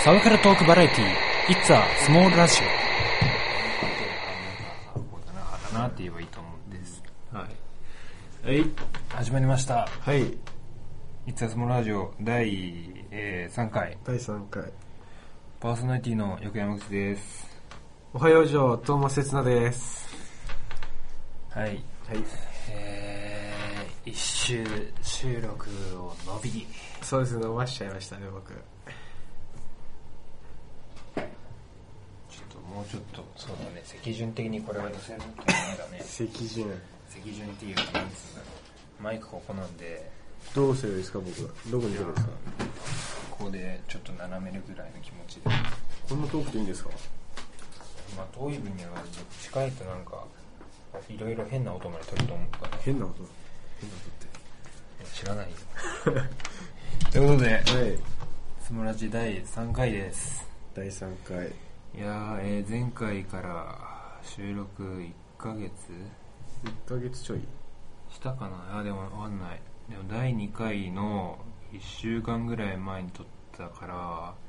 サブカルトークバラエティー、It's a Small Radio。こうだな、あだなって言えばいいと思うんです。はい。はい。始まりました。はい、いつやすもラジオ第、えー、3回。第3回。パーソナリティの横山口です。おはようじょう、トーマセツナです。はい。はい。えー、一周収録を伸び。そうですね、伸ばしちゃいましたね、僕。ちょっともうちょっと、そうだね、席順的にこれは出せるとダメだね。赤順。席順っていうか、なんつうんだろう。マイクここなんで、どうするんですか、僕は。どこにするんですかここでちょっと斜めるぐらいの気持ちで。こんな遠くていいんですかまあ、遠い分には近いとなんか、いろいろ変な音まで取ると思うから。変な音。変な知ら ないよということで音って。はい。スモラジ第3回です第3回。いやー、えー前回から収録1ヶ月1ヶ月ちょい。したかなあでもわかんないでも第2回の1週間ぐらい前に撮った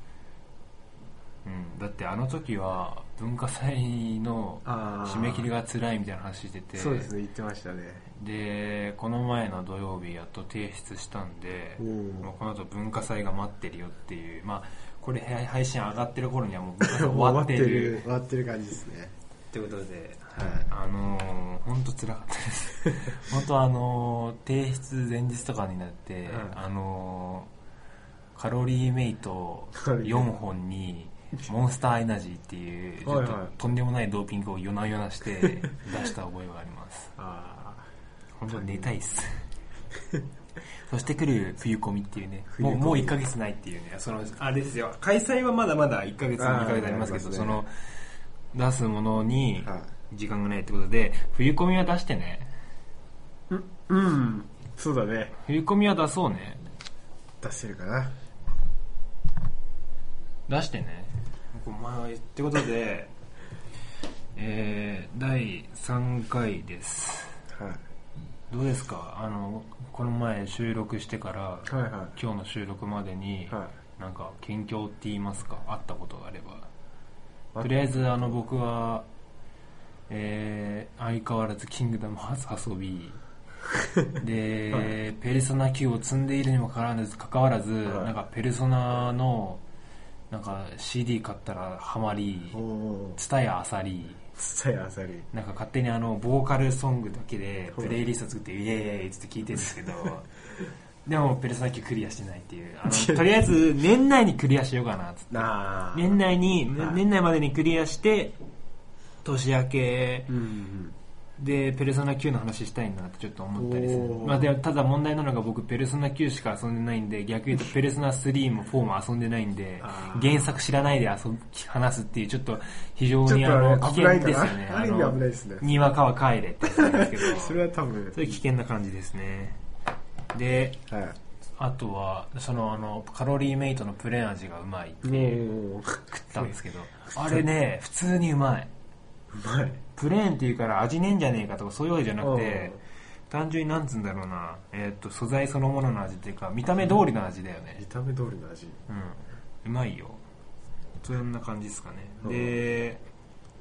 からうんだってあの時は文化祭のあ締め切り。が辛いみたいな話しててそうですね、言ってましたね。でこの前の土曜日やっと提出したんでおもうーこの後文化祭が待ってるよっていう、まあ、これへ配信上がってる頃に はもう文化祭 終わってる。終わってる感じですね。ってことで、はいあのー、本当辛かったです。 本当あのー、提出前日とかになって、はいあのー、カロリーメイト4本に、モンスターエナジーっていう、ちょっとはいはいとんでもないドーピングを夜な夜な して出した覚えがあります。あ本当に寝たいっ すそして来る冬コミっていうねも冬うコミもう1ヶ月ないっていうねそのあれですよ開催はまだまだ1ヶ月あー2ヶ月ありますけどありますねその出すものには時間がないってことで冬コミは出してねい。うん、うん。そうだね。冬コミは出そうね出せるかな。出してねお前ってことでえー、第3回ですはどうですかあのこの前収録してからい。はいは今日の収録までに、い。はい。なんか近況って言いますかあったことがあればあとりあえずあの僕は、えー相変わらず「キングダムハーツ」遊 びで、ペルソナ9」を積んでいるにもかかわらずかかわらず、はいなんかペルソナのなんか CD 買ったらハマりおお。ツタヤあさりつたやあさり。なんか勝手にあのボーカルソングだけではいプレイリスト作ってイエーイっつって聞いてるんですけ どでもペルソナ9クリアしてないっていうあのとりあえず年内にクリアしようかなっつってなあ。年。内に、はい年内までにクリアして年明けうんうん。でペルソナ9の話したいなってちょっと思ったりする、おーまあ、でただ問題なのが僕ペルソナ9しか遊んでないんで逆に言うとペルソナ3も4も遊んでないんであー原作知らないで遊ぶ話すっていうちょっと非常ちょっにあとのあれ危危険ないかですよなね。あある意味危ないのですね。にわかは帰れってやつなんですけど それは多分。そういう危険な感じですねではあとはそのあのカロリーメイトのプレーン味がうまいい。もう、食ったんですけどあれね普通にうまいうまい。プレーンっていうから味ねえんじゃねえかとかそういうわけじゃなくてうん単純になんつうんだろうな、えー、と素材そのものの味っていうか見た目通りの味だよね見た目通りの味。うんうまいよそんな感じですかねうんで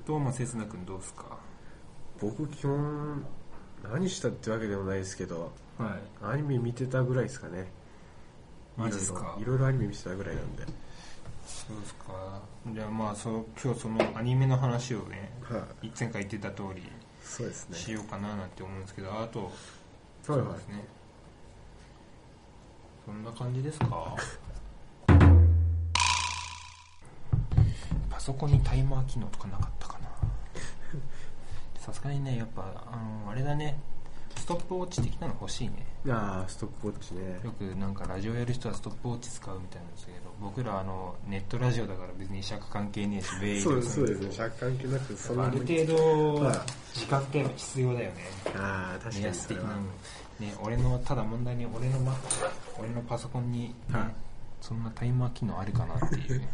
どうもせつな君どうっすか僕、基本、何したってわけでもないですけど、はいアニメ見てたぐらいですかね。マジっすかいろいろいろいろアニメ見てたぐらいなんで。そうっすかじゃあまあそう今日そのアニメの話をねはい。前回言ってた通りそうですね。しようかななんて思うんですけどあとはそいうはですねそんな感じですか パソコンにタイマー機能とかなかったかなさすがにねやっぱあのあれだねストップウォッチ的なの欲しいねい。ああ、ストップウォッチね。よくなんかラジオやる人はストップウォッチ使うみたいなんですけど僕らあのネットラジオだから別に尺関係ねえしベイそうです、そうでですね。若干関係なく、そあのる程度はい時間って必要だよねああ、確目かに安そ的れなはの。ね俺のただ問題に俺の,、ま、俺のパソコンに、ねはいそんなタイマー機能あるかな っていうね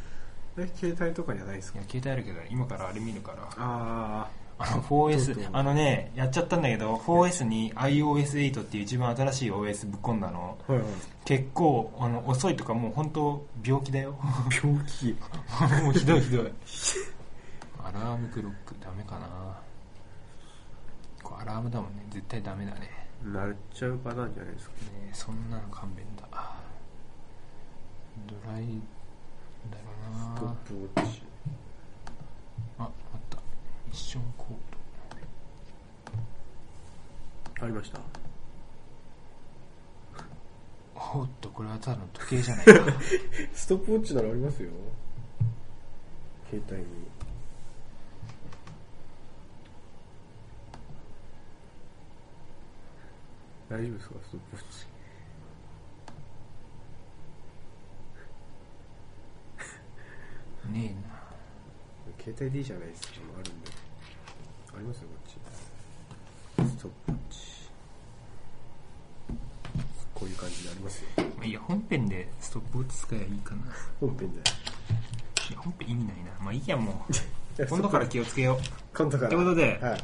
え携帯とかじゃないですいかや携帯あるけど今からあれ見るからああの 4S ちょっとあのねやっちゃったんだけど 4S に iOS8 っていう一番新しい OS ぶっ込んだのはいはい結構あの遅いとかもう本当病気だよ病気 もうひどいひどい アラームクロックダメかなこれアラームだもんね絶対ダメだねねなっちゃうパターンじゃないですかえそんなの勘弁だドライだストろうッなプウォッチああったミッションコードありましたおっとこれはただの時計じゃないかストップウォッチならありますよ携帯に大丈夫ですかストップウォッチねえな携帯でいいじゃないですかもうあるんでありますよこっちストップウォッチこういう感じでありますよまあいいや本編でストップウォッチ使えばいいかない本編でや本編意味ないなまあいいやもう今度から気をつけよう今度からということではい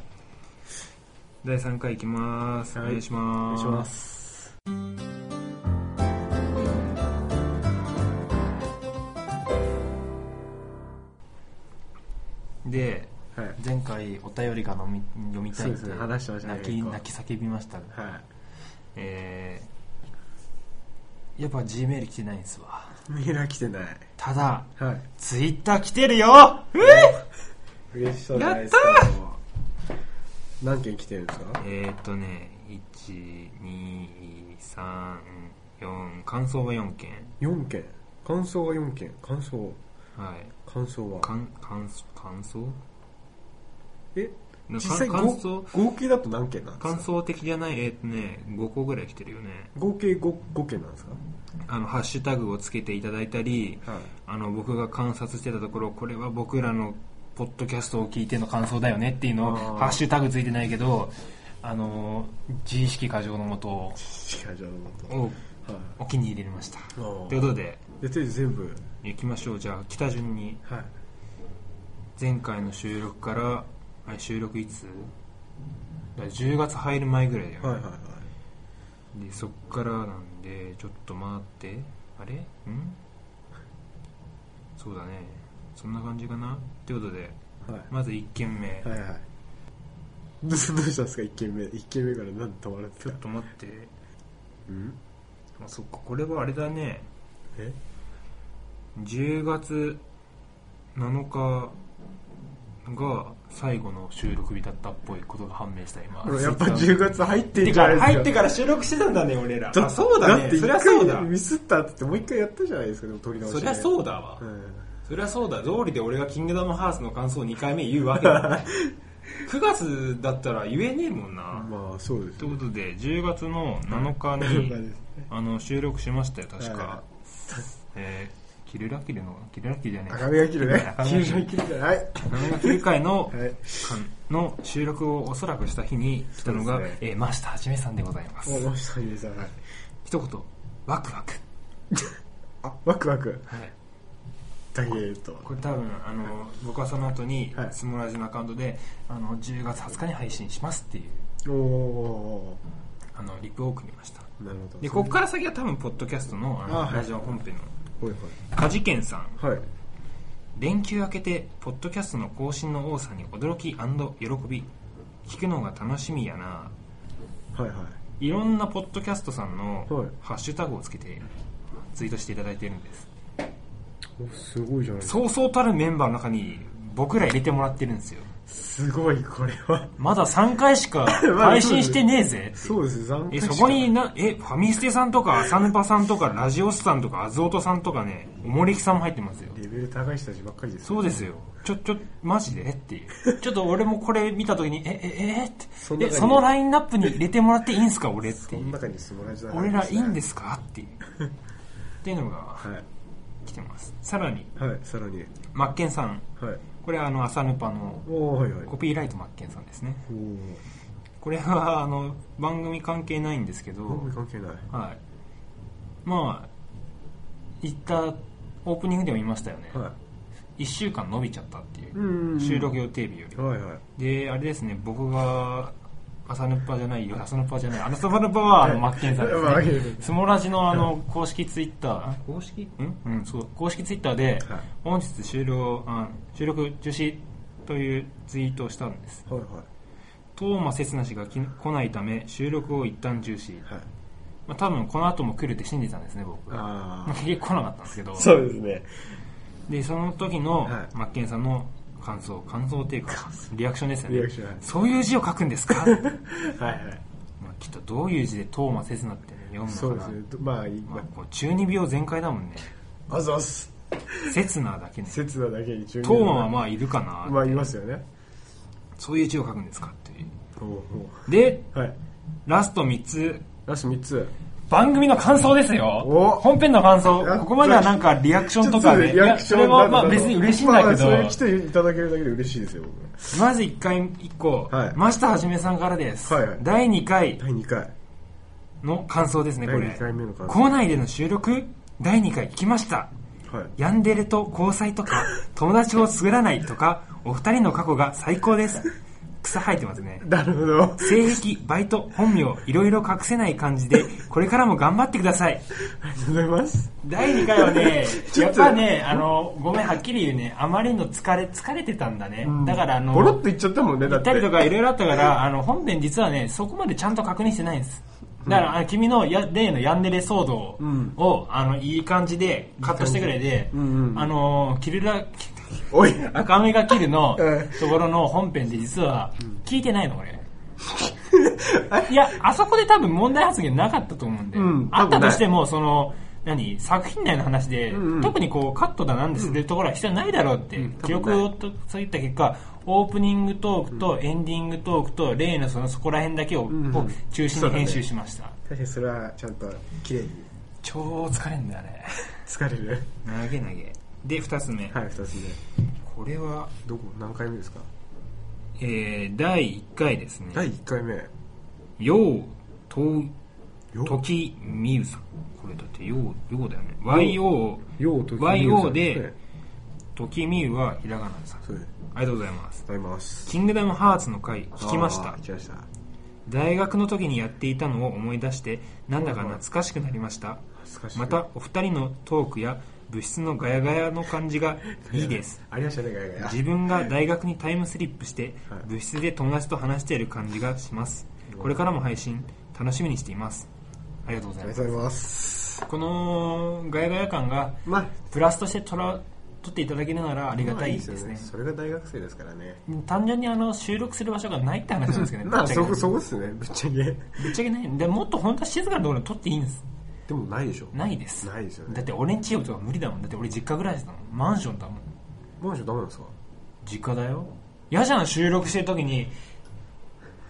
第3回いきます、はいお願いしますす。ではい。前回お便りが飲み読みたいっそうですてね話してましたね泣き結構泣き叫びましたが、はえー、やっぱ G メール来てないんですわい。メールは来てない。ただは Twitter 来てるようえい。嬉しそうじゃないですやか。何件来てるんですかえーっとね1234感想は4件 ?4 件。感想が4件。感想。はい感想は。感感想感想えな実際かご感想合計だと何件なんですか感想的じゃないえーっとね5個ぐらい来てるよね合計 5, 5件なんですかあのハッシュタグをつけていただいたりはい。あの僕が観察してたところこれは僕らのポッドキャストを聞いての感想だよねっていうのをあーハッシュタグついてないけどあの自意識過剰のもとをしかじゃあ、おはい。お気に入りましたあーということでで、とりあえず全部。行きましょうじゃあ北順にはい。前回の収録からあれ収録いつだから10月入る前ぐらいだよね、はいはいはい。でそっからなんでちょっと待ってあれんそうだねそんな感じかなってことではい。まず1件目、はいはい。どどうしたんですか ?1 件目。1件目から何で止まるんですちょかっと待ってうんあそっかこれはあれだねえ10月7日が最後の収録日だったっぽいことが判明した今ほらやっぱ10月入ってんてじゃなかいですか。入ってから収録してたんだね俺らあそうだねってそりゃそう一だ回ミスったって言ってもう一回やったじゃないですか、でも取り直しそで。りゃそうだわ、うん。そりゃそうだ道理で俺が「キングダムハーツ」の感想を2回目言うわけだ、ね、9月だったら言えねえもんな、まあ、そうですとよいうね。ことで10月の7日まあにですねあの収録しましたよ確か、はえーキルラキルのキルラキルじゃねえ赤目が切るね。 赤黄目色がい切るじゃない。は赤目が切る回のい。の収録をおそらくした日に来たのが、そうですえー、マシタはじめさんでございまお、すもう一人です。はい。一言ワクワク、あ、ワクワク。はい、ダイエット。これ多分あの僕はその後にはいスモラジのアカウントであの10月20日に配信しますっていうおおあのリプを送りましたーなるほど。でここから先は多分ポッドキャストのあのあはいラジオ本編のほい梶健さんほい。はい。連休明けてポッドキャストの更新の多さに驚き喜び聞くのが楽しみやなはいはい。いろんなポッドキャストさんのはいハッシュタグをつけてツイートしていただいてるんですお、すごいじゃないですか。そうそうたるメンバーの中に僕ら入れてもらってるんですよすごい、これは。まだ3回し か配信してねえぜっていうそうです、残え念。そこになえファミステさんとかアサヌパさんとかラジオスさんとかアズオトさんとかねおもれきさんも入ってますよレベル高い人たちばっかりですね。そうですよちょちょマジでっていうちょっと俺もこれ見た時にええええってそその中にえそのラインナップに入れてもらっていいんすか俺っていこのう中にスモラジだ俺らいいんですすかっていうっていうのがね。来てますさらにはい。はい、さらに。マッケンさんはい。これはあのアサヌパのおー、はいはい。コピーライトマッケンさんですねおー。これはあの番組関係ないんですけど、番組関係ない。はい、まあ言ったオープニングでも言いましたよね、はい。 1週間伸びちゃったっていう、うん収録予定日よりはいはいであれですね僕が朝のっぱじゃないよ朝のっぱじゃないあの朝のっぱはあのマッケンさん でマッすケンねさんスモラジのあの公式ツイッター公式うん、うん、そう公式ツイッターではい本日終了、あ収録中止というツイートをしたんですはいはトーマセスナ氏が来来ないため収録を一旦中止、いはいまあ、多分この後も来るって信じたんですね僕まあああ結局来なかったんですけどそうですねでその時のはいマッケンさんの感想感想っていうかリアクションですよねリアクションはいそういう字を書くんですかまはいはいあきっとどういう字でトーマセスナって、読むのかなそうですねまあまあ今、こう12秒全開だも んねあざっすセスナだけね刹那だけに中トーマはまあいるかな、まあいますよねそういう字を書くんですかっていうおうでおうはいラスト3つラスト3つ番組の感想ですよお本編の感想やここまではなんかリアクションとかねちょっとリアクションいやそれはまなあんだ別に嬉しいんだけどまあまあそれ来ていただけるだけで嬉しいですよ、僕まず1回1個はい真下はじめさんからですはいはい第2回第2回。の感想ですね、こ第れ2。回目の感想。校内での収録第2回聞きました。はい。ヤンデレと交際と か、友達を作らないとか、お二人の過去が最高です。草生えてますね。なるほど。性癖、バイト、本名、いろいろ隠せない感じで、これからも頑張ってください。ありがとうございます。、第2回はね ちょやっっとぱね、あの、ごめん、はっきり言うね、あまりの疲れ、疲れてたんだね。だから、あの、ボロッといっちゃったもんね、行だっ。ってたりとかいろいろあったから、あの、本編実はね、そこまでちゃんと確認してないんです。だから、あの君のや例のヤンデレ騒動を、うんあの、いい感じでカットしてくれて、うんうんあの、キルラ、おい、赤目がキル のうんところの本編で実は聞いてないの、 俺。いや、あそこで多分問題発言なかったと思うんで、うんあ多っ分ないたとしても、その、何作品内の話で、んうん特にこうカットだなんですっていうところは必要ないだろうって、うん記憶をとそういった結果オープニングトークとエンディングトークと例のそのそこら辺だけを,、んを中心に編集しました、確かにそれはちゃんと綺麗に超疲れんだよね疲れる。投げ投げで2つ目、はい、2つ目。これは、どこ何回目ですかえー第1回ですね第1回目。陽とよ時美優さんこれだって陽陽だよね YO ようと YO で時美優はひらがなさんあそうです。りがとうございますございます。キングダムハーツの回聞きましあたー聞きました。大学の時にやっていたのを思い出してなんだか懐かしくなりました恥ずかしい。またお二人のトークや部室のガヤガヤの感じがいいです。ありましたね、ガヤガヤ。自分が大学にタイムスリップしてはい部室で友達と話している感じがしますこれからも配信楽しみにしていますありがとうござあいりまがとうすございます。このガヤガヤ感がまあ、プラスとしてとら取っていただけるならありがたいですまあねそれが大学生ですからね。単純にあの収録する場所がないって話なんですけどね ぶまあ、っちゃそけこ、そこっすね、ぶっちゃけ。ぶっちゃけないでもっと本当は静かなところで撮っていいんですでもないでしょないですないですよだねって俺んちよとか無理だもんだって俺実家ぐらいだもんマンションだもんマンションダメなんですか実家だよ嫌じゃん収録してる時に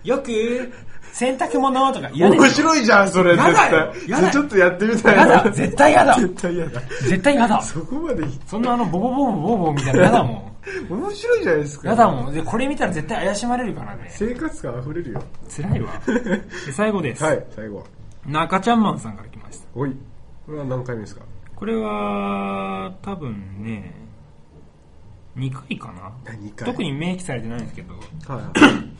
よく洗濯物とか嫌で面しょ白いじゃんそれや絶だ よ対やだよちょっとやってみたいやなだ絶対やだ 絶対やだ絶対嫌だそこまでそんなあのボボボボボボみたいな嫌だもん面白いじゃないですか嫌だもんでこれ見たら絶対怪しまれるからね生活感溢れるよ辛い わで最後です、はい最後中ちゃんマンさんから来ましたおいこれは何回目ですかこれは多分ね2回かな何回特に明記されてないんですけど はいはい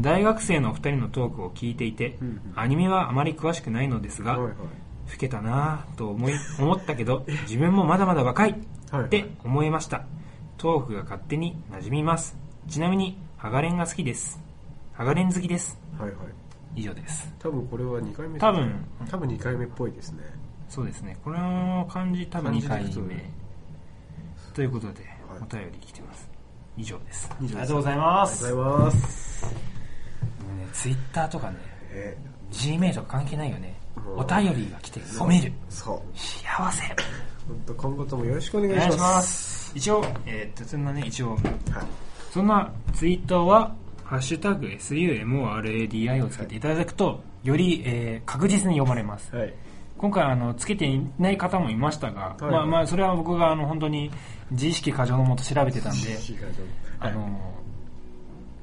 大学生のお二人のトークを聞いていて、うんうんアニメはあまり詳しくないのですが、はいはい老けたなぁと 思い思ったけど自分もまだまだ若いはいって思いました、トークが勝手に馴染みますちなみにハガレンが好きですハガレン好きですはいはい以上です多分これは2回目多分多分2回目っぽいですねそうですねこれの感じ多分2回感じでいくと目ねということで、はいお便り来てます以上です以あり上ですがとうございまありすがとうございますもうねツイッターとかねえ G メイとか関係ないよねうんお便りが来て褒めるそう幸せ本当今後ともよろしくお願いおしま願いすします一応えーっとそんなね一応はいそんなツイートは、ハッシュタグ SUMORADI をつけていただくと、より、えー確実に読まれます。はい今回、あの、つけていない方もいましたが、いまあまあ、それは僕が、あの、本当に、自意識過剰のもと調べてたんで、あの、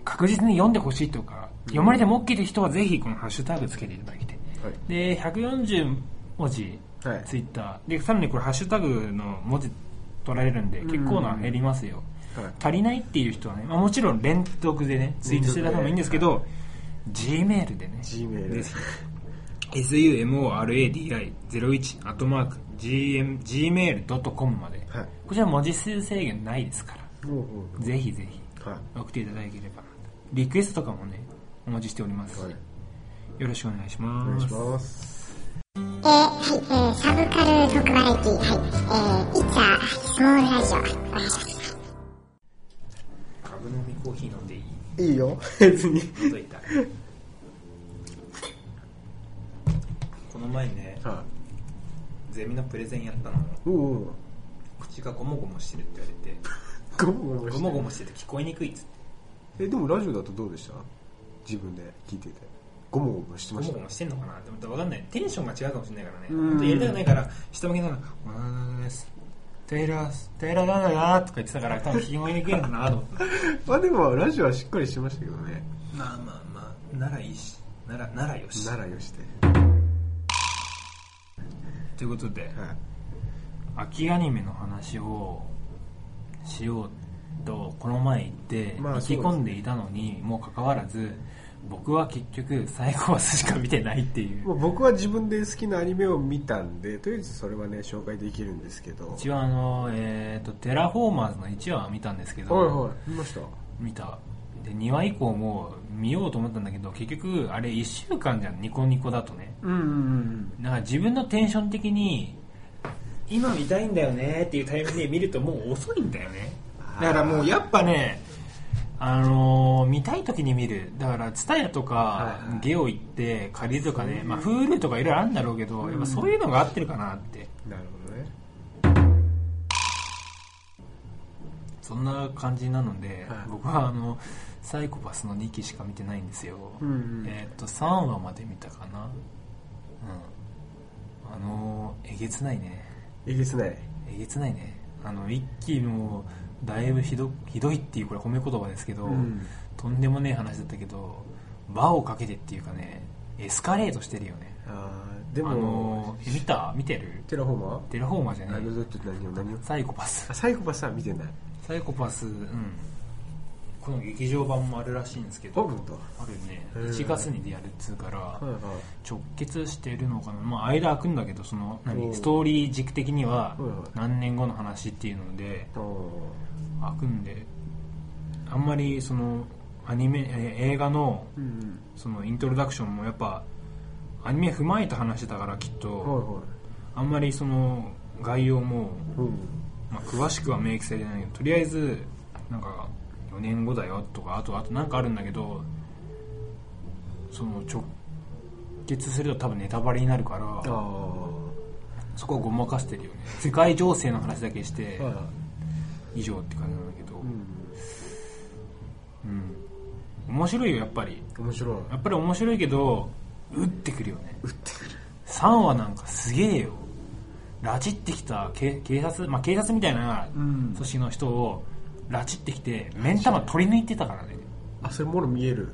確実に読んでほしいとか、読まれても OK という人は、ぜひ、このハッシュタグつけていただいて。はいで、140文字、はいツイッター。で、さらにこれ、ハッシュタグの文字取られるんで、うん結構な減りますよ。はい足りないっていう人はね、まあ、もちろん連続でね、ツイートしてた方もいいんですけど、Gmail でね、 G メールです sumoradi01 アットマーク gmail.com まで。はいこちら文字数制限ないですから、おうおうぜひぜひは送っていただければなと。リクエストとかもね、お待ちしております。いはいよろしくお願いしおます。願いしますえーはい、えーサブカルトークバラエティはい、えー、いっちゃスモールラジオ、はい、お願いします。カブ飲みコーヒー飲んでいいいいよ別に届いた。 この前ね、はゼミのプレゼンやったの、いおうおう口がゴモゴモしてるって言わごもごれて、もしてゴモゴモしてて聞こえにくいっつって、えでもラジオだとどうでした自分で聞いててごもごもしてゴまモしたゴモしてんのかなって思ったら分かんない。テンションが違うかもしれないからね。うん本当やりたくないから、下向きながら、おならです。テイラース、テイラーなんだなーとか言ってたから、多分聞こえにくいのかなと思 った。まあでもラジオはしっかりしてましたけどねまあまあまあ、ならいいし、なら、ならよし。ならよしてということで、はい秋アニメの話をしようとこの前言ってまあ意気込んでいたのにもかかわらず僕は結局サイコパスしか見てないっていうもう僕は自分で好きなアニメを見たんでとりあえずそれはね紹介できるんですけどはい一応あの、えー、とテラフォーマーズの1話は見たんですけど、はい見ました見たで2話以降も見ようと思ったんだけど結局あれ1週間じゃんニコニコだとねうんうんうんなんか自分のテンション的に今見たいんだよねっていうタイミングで見るともう遅いんだよねだからもうやっぱねあのー見たい時に見るだからツタヤとかいはいゲオ行って借りるとかね、まあ、Hulu とかいろいろあるんだろうけどやっぱそういうのが合ってるかなってなるほどねそんな感じなので、はい僕はあのサイコパスの2期しか見てないんですよ、うんうんえーっと3話まで見たかなうんあのーえげつないねいいですねえげつないねあの一気のだいぶひどひどいっていうこれ褒め言葉ですけど、うんとんでもねえ話だったけど場をかけてっていうかねエスカレートしてるよねあーであのもえ見た見てるテラフォーマテラフォーマーじゃーあないれだって何を何をサイコパスあサイコパスは見てないサイコパスうんこの劇場版もあるらしいんですけあどるんだあるねへえ1月にでやるっつうからはいはい直結してるのかな、まあ、間空くんだけどそのお何うストーリー軸的にははいはい何年後の話っていうのであー開くんであんまりそのアニメえー映画のうんうんそのイントロダクションもやっぱアニメ踏まえた話だからきっとはあんまりその概要も、いはいうんまあ、詳しくは明記されてないけどとりあえずなんか4年後だよとかあとあとなんかあるんだけどその直結すると多分ネタバレになるかあらあそこをごまかしてるよね世界情勢の話だけしてはいは以上って感じなんだけどいうんうん面白いよやっぱり面白いやっぱり面白いけど打ってくるよね3話なんかすげえよ拉致ってきた警警察、まあ、警察みたいなうん組織の人を拉致ってきて目ん玉取り抜いてたからねあそれもろ見える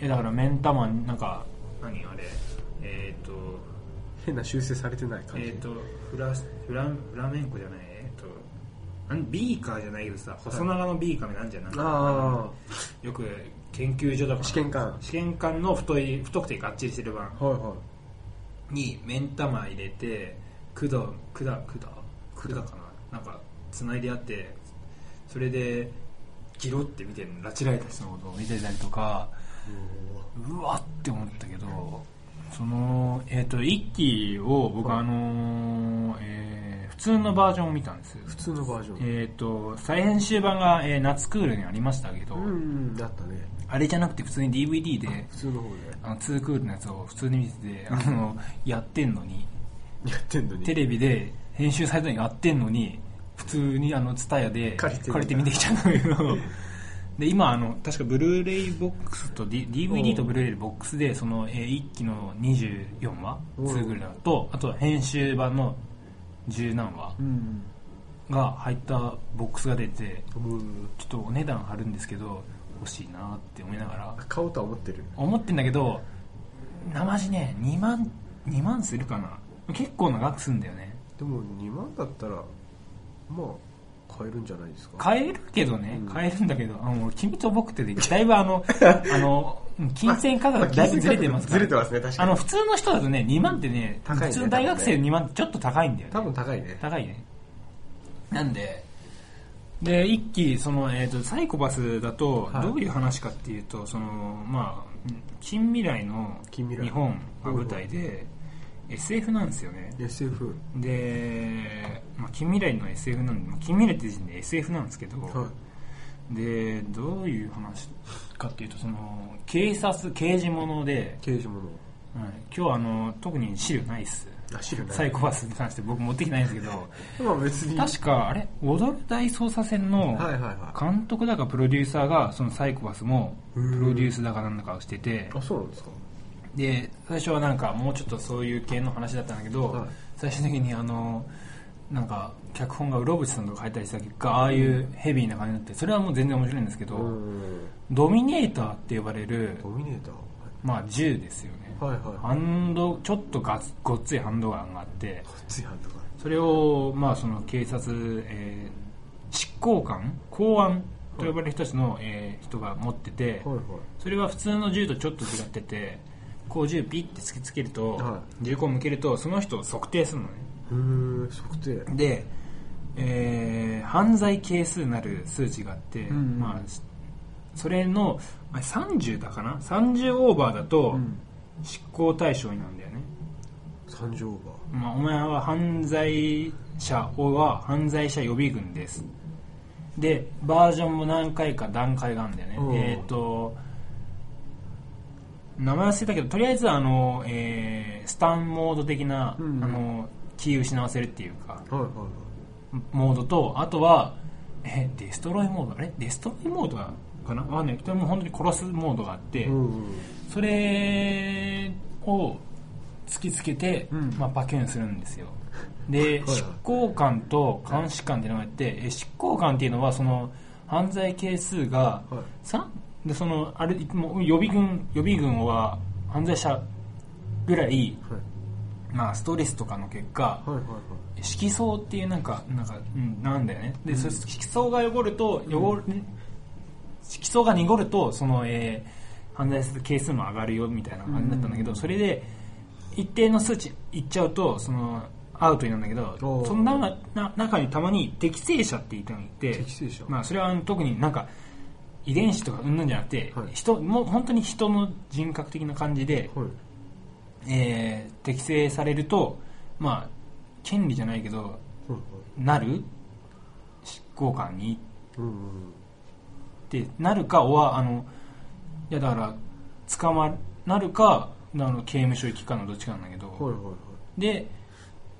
えだから目ん玉なんか何あれえっ、と変な修正されてない感じとフラフラフラメンコじゃないえっ、とビーカーじゃないけどさ細長のビーカーみたいなんじゃないあよく研究所とか試験官試験官の太い太くてがっちりしてる版あはいはいに目ん玉入れて管管管管かななんか繋いであってそれでギロって見てるの拉致られた人のことを見てたりとかうわって思ったけどそのえっ、と一期を僕あのーえー普通のバージョンを見たんです普通のバージョンえっ、と再編集版が、えー夏クールにありましたけど、うんうんだったねあれじゃなくて普通に DVD で普通の方であのツークールのやつを普通に見ててあのやってんのにやってんのにテレビで編集サイトにやってんのに普通にあのツタヤで借りてるんだ見てきちゃうんだけど で今あの確かブルーレイボックスと、D、DVD とブルーレイボックスでその、えー、1期の24話うんツークールだとあとは編集版の十何話うんが入ったボックスが出てうんちょっとお値段張るんですけど欲しいなって思いながら買おうとは思ってる思ってんだけど生地ね2万2万するかな結構な額すんだよねでも2万だったらまあ買えるんじゃないですか買えるけどね、買えるんだけど、あの君と僕ってで、だいぶあ の、あの、金銭価格だいぶずれてますから。ずれてますね、確かあに。の、普通の人だとね、2万ってね、高いね普通の大学生2万ってちょっと高いんだよね。多分高いね。高いね。なんで、で、一期、その、えっ、と、サイコパスだと、はいどういう話かっていうと、その、まあ、近未来の近未来日本が舞台で、SF なんですよね。 SF。で、まあ、近未来の SF なんで、まあ、近未来って時点で SF なんですけど、はで、どういう話かっていうと、その、警察、刑事物でい。、刑事物。はい、今日はあの、特に資料ないっす。あ、知るね。サイコパスに関して僕持ってきてないんですけど、まあ別に。確か、あれ、踊る大捜査線のはいはいは監督だかプロデューサーが、そのサイコパスも、プロデュースだかなんだかをしててい。、あ、そうなんですかで、最初はなんか、もうちょっとそういう系の話だったんだけど、はい最終的にあの、なんか、脚本が室伏さんとか入ったりした結果、ああいうヘビーな感じになって、それはもう全然面白いんですけど、うん。ドミネーターって呼ばれる、ドミネーター。まあ、銃ですよね。はいはい。ハンド、ちょっとガツごっついハンドガンがあって、こっちやんとか。それを、まあ、その警察、えー執行官公安と呼ばれる人たちの、えー人が持ってて、はいはい。それは普通の銃とちょっと違っててこう銃ピッて突きつけると、は銃口を向けるとその人を測定するのねへー、測定。で、えー犯罪係数なる数値があって、んうんまあ、しそれのあ30だかな30オーバーだとん執行対象になるんだよね、三条オーバー。まあ、お前は犯罪者は犯罪者予備軍ですでバージョンも何回か段階があるんだよねうんえっ、と名前忘れたけどとりあえずあの、えースタンモード的な、うんあの気を失わせるっていうかはいはいはモードとあとはえデストロイモードあれデストロイモードかなわかんないこれもう本当に殺すモードがあって、い。うん。それを突きつけて、うんまあ、パキュンするん ですよではい執行官と監視官っていうのがあってえ執行官っていうのはその犯罪係数がはい3、でそのあれもう予備軍予備軍は犯罪者ぐらい、はい。まあ、ストレスとかの結果はいはいはい。色相っていうなんかなんか、うん、なんだよねで、それ色相が汚ると汚る、色相が濁るとその、えー犯罪する係数も上がるよみたいな感じだったんだけど、それで一定の数値いっちゃうとそのアウトになるんだけおどーその中な中にたまに適正者って言ったのがいて適正者まあ、それはあの特になんか遺伝子とかうんぬんじゃなくて、はい人もう本当に人の人格的な感じで、はい。えー適正されると、まあ、権利じゃないけどはいはい。なる執行官にうんうん。ってなるかはあのいやだから捕まなるかあの刑務所行きかのどっちかなんだけど、はいはいはい。で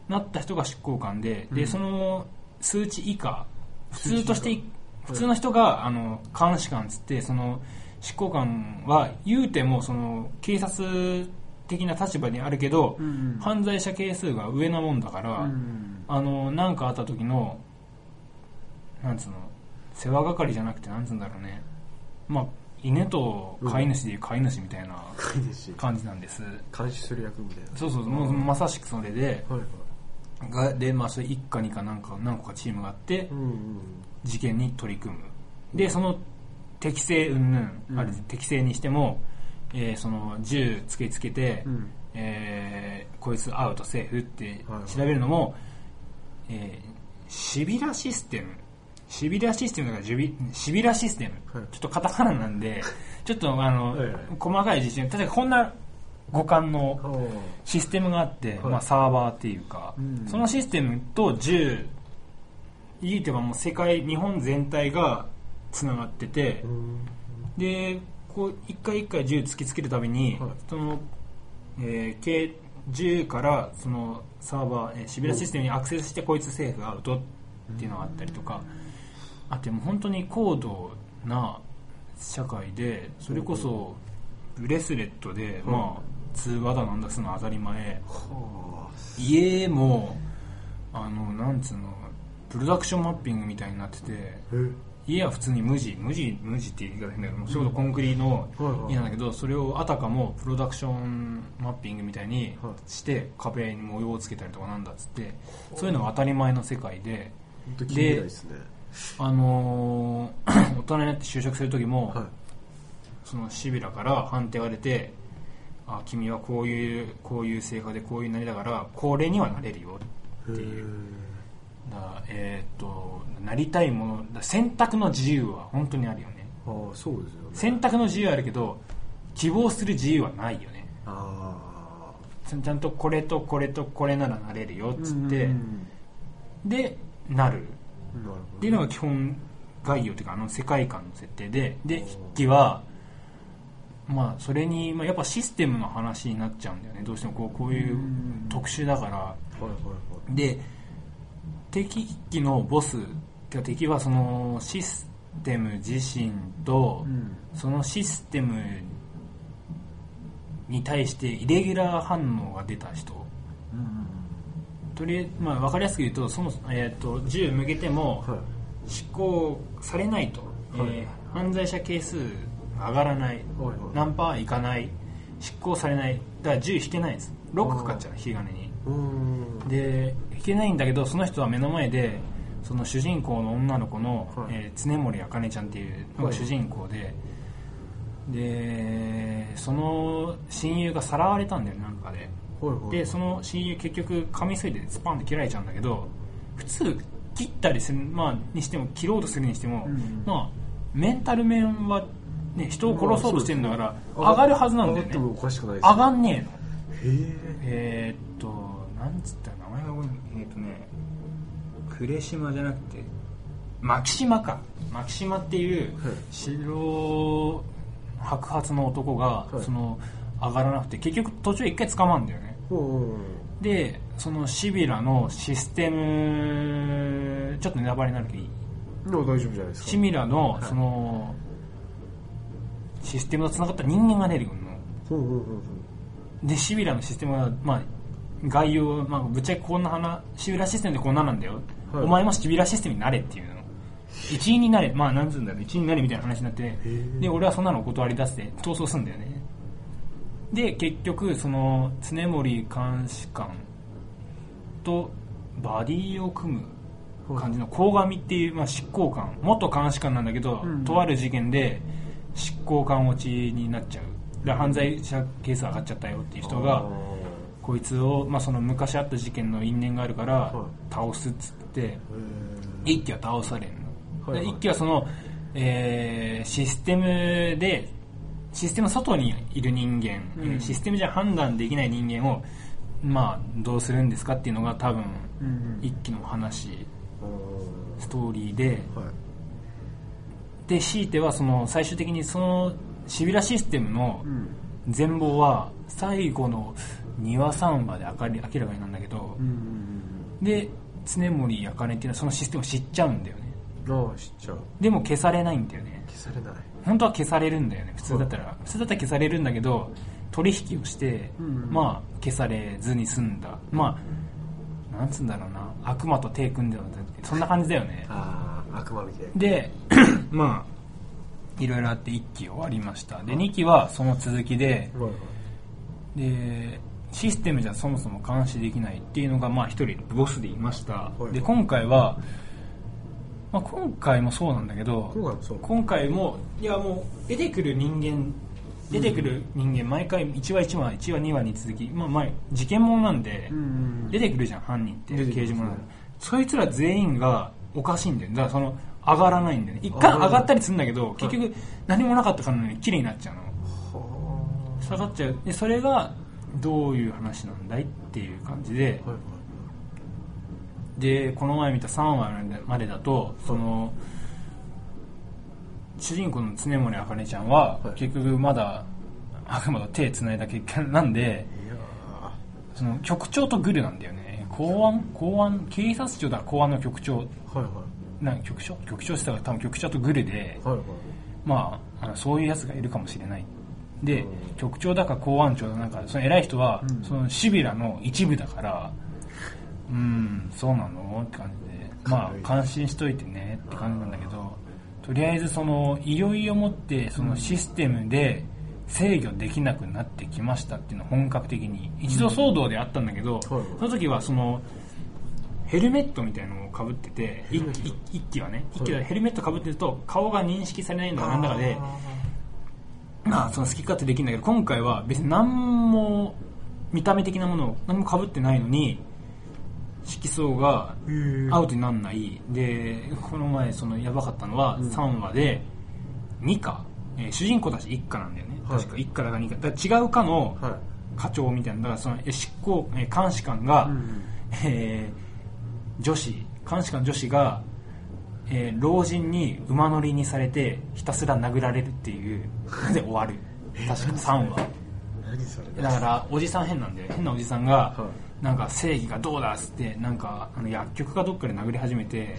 なった人が執行官で,、でその数値以下普通として普通の人があの監視官っつってその執行官は言うてもその警察的な立場にあるけど、ん犯罪者係数が上なもんだから、あのなんかあった時のなんつうの世話係じゃなくてなんつうんだろうねまあ犬と飼い主でいう飼い主みたいな飼い主。感じなんです、監視する役みたいな。そうそうもうまさしくそれではいはい。がでまあそれ一家二家なんか何個かチームがあってうんうん。事件に取り組むでその適正云々あれ適正にしても、えーその銃つけつけて、うんえーこいつアウトセーフってはいはい調べるのも、えーシビラシステムシビラシステムだからジュビシビラシステム、はいちょっとカタカナなん でちょっとあの、はいはい細かい事情確かこんな五感のああ。システムがあって、はいまあ、サーバーっていうか、うんそのシステムと銃いいてはもう世界日本全体がつながってて、うん。でこう一回一回銃突きつけるたびに、はいその、えー、計銃からそのサーバー、えーシビラシステムにアクセスしてこいつセーフアウトっていうのがあったりとか、あともう本当に高度な社会でそれこそブレスレットで、まあ、通話だなんだするの当たり前はあ。家もあのなんつうのプロダクションマッピングみたいになってて。え家は普通に無地無地無地って言い方変だけどもうちょうどコンクリのはいはい家なんだけどそれをあたかもプロダクションマッピングみたいにはいして壁に模様をつけたりとかなんだっつってそういうのが当たり前の世界でほんと近未来ですね。あのー 大人になって就職する時も、はいそのシビラから判定が出てあ君はこういうこういう性格でこういうなりだからこれにはなれるよっていうだからえーっとなりたいものだから選択の自由は本当にあるよねああそうですよね選択の自由はあるけど希望する自由はないよねああちゃんちゃんとこれとこれとこれならなれるよっつって、うんでなるなるほどっていうのが基本概要というかあの世界観の設定でで筆記はまあそれに、まあ、やっぱシステムの話になっちゃうんだよねどうしてもこうこういう特殊だからはいはいはいで敵機のボスてか敵はそのシステム自身とうんそのシステムに対してイレギュラー反応が出た人とりあえず、まあ、分かりやすく言うとそもそも、えー、と銃向けても、はい執行されないと、えー犯罪者係数が上がらない、はいナンパはいかない執行されないだから銃引けないですロックかかっちゃう引き金にうーんで引けないんだけどその人は目の前でその主人公の女の子の、はいえー常森茜ちゃんっていうのが主人公で、でその親友がさらわれたんだよねなんかではいはいでその親友結局噛みついてスパンって切られちゃうんだけど普通切ったりする、まあ、にしても切ろうとするにしても、んまあ、メンタル面は、ね、人を殺そうとしてるんだから、まあ上がるはずなんだよ上がってもおねかしくないです上がんねえのへえーっとなんつったら名前がごめんえーっとねクレシマじゃなくてマキシマかマキシマっていう白白髪の男が、いその上がらなくて結局途中一回捕まるんだよねえうんでそのシビラのシステムちょっとネタバレになるけどいいでも大丈夫じゃないですシかビラのその、システムとつながった人間が出てくるのほうほうほうほうでシビラのシステムは、まあ、概要は、まあ、ぶっちゃけこんな話シビラシステムでこんなんなんだよ、はいお前もシビラシステムになれっていうの一員になれまあなんつうんだろう一員になれみたいな話になってーで俺はそんなのお断り出して逃走すんだよねで結局その常森監視官とバディを組む感じの鴻上っていう、まあ、執行官元監視官なんだけど、とある事件で執行官落ちになっちゃうで犯罪者ケース上がっちゃったよっていう人がこいつを、まあ、その昔あった事件の因縁があるから倒すっつって一気は倒されるの、はいはいで一気はその、えーシステムでシステムの外にいる人間、えーシステムじゃ判断できない人間をまあどうするんですかっていうのが多分一気の話ストーリーであーはいで強いてはその最終的にそのシビラシステムのん全貌は最後の2話3話で明かり明らかになるんだけど、うんうんで常森茜っていうのはそのシステムを知っちゃうんだよねうんああ知っちゃうでも消されないんだよね消されない本当は消されるんだよね普通だったら普通だったら消されるんだけど取引をして、んまあ消されずに済んだまあなんつうんだろうな悪魔と手組んでたんだってそんな感じだよ ねああ悪魔みたいで まあいろいろあって1期終わりましたで2期はその続きではいはいでシステムじゃそもそも監視できないっていうのがまあ一人ボスでいましたいはいで今回は、まあ、今回もそうなんだけど今回もそう今回もいやもう出てくる人間出てくる人間毎回1話1話1話2話に続き、まあ、前事件ものなんで出てくるじゃん犯人って出てきます刑事ものなんでそいつら全員がおかしいんだよだからその上がらないんだよね一回上がらない上がったりするんだけど結局何もなかったからのに綺麗になっちゃうのは下がっちゃうでそれがどういう話なんだいっていう感じであはいはいでこの前見た3話までだとその主人公の常森茜ちゃんははい結局まだ悪魔と手つないだ結果なんでいやーその局長とグルなんだよね公安公安警察庁だから公安の局長はいはいなん局長局長してたから多分局長とグルではいはいまああのそういうやつがいるかもしれないで局長だか公安庁だかなんかその偉い人は、そのシビラの一部だからうんそうなのって感じでまあ感心しといてねって感じなんだけどとりあえずそのいよいよもってそのシステムで制御できなくなってきましたっていうのは本格的に一度騒動であったんだけど、はいはいその時はそのヘルメットみたいのをかぶってていい一機はね一機はヘルメットかぶってると顔が認識されないのがなんだかでまあその好き勝手できるんだけど今回は別に何も見た目的なものを何もかぶってないのに色相がアウトになんないでこの前そのやばかったのは3話で2課、えー主人公たち1課なんだよね、はい確か1課だか2課だから違う課のはい課長みたいなだからそのえー執行、えー監視官が、うんえー女子監視官女子が、えー老人に馬乗りにされてひたすら殴られるっていう で終わる確か3話何それだからおじさん変なんで変なおじさんが、はなんか正義がどうだっつってなんかあの薬局かどっかで殴り始めて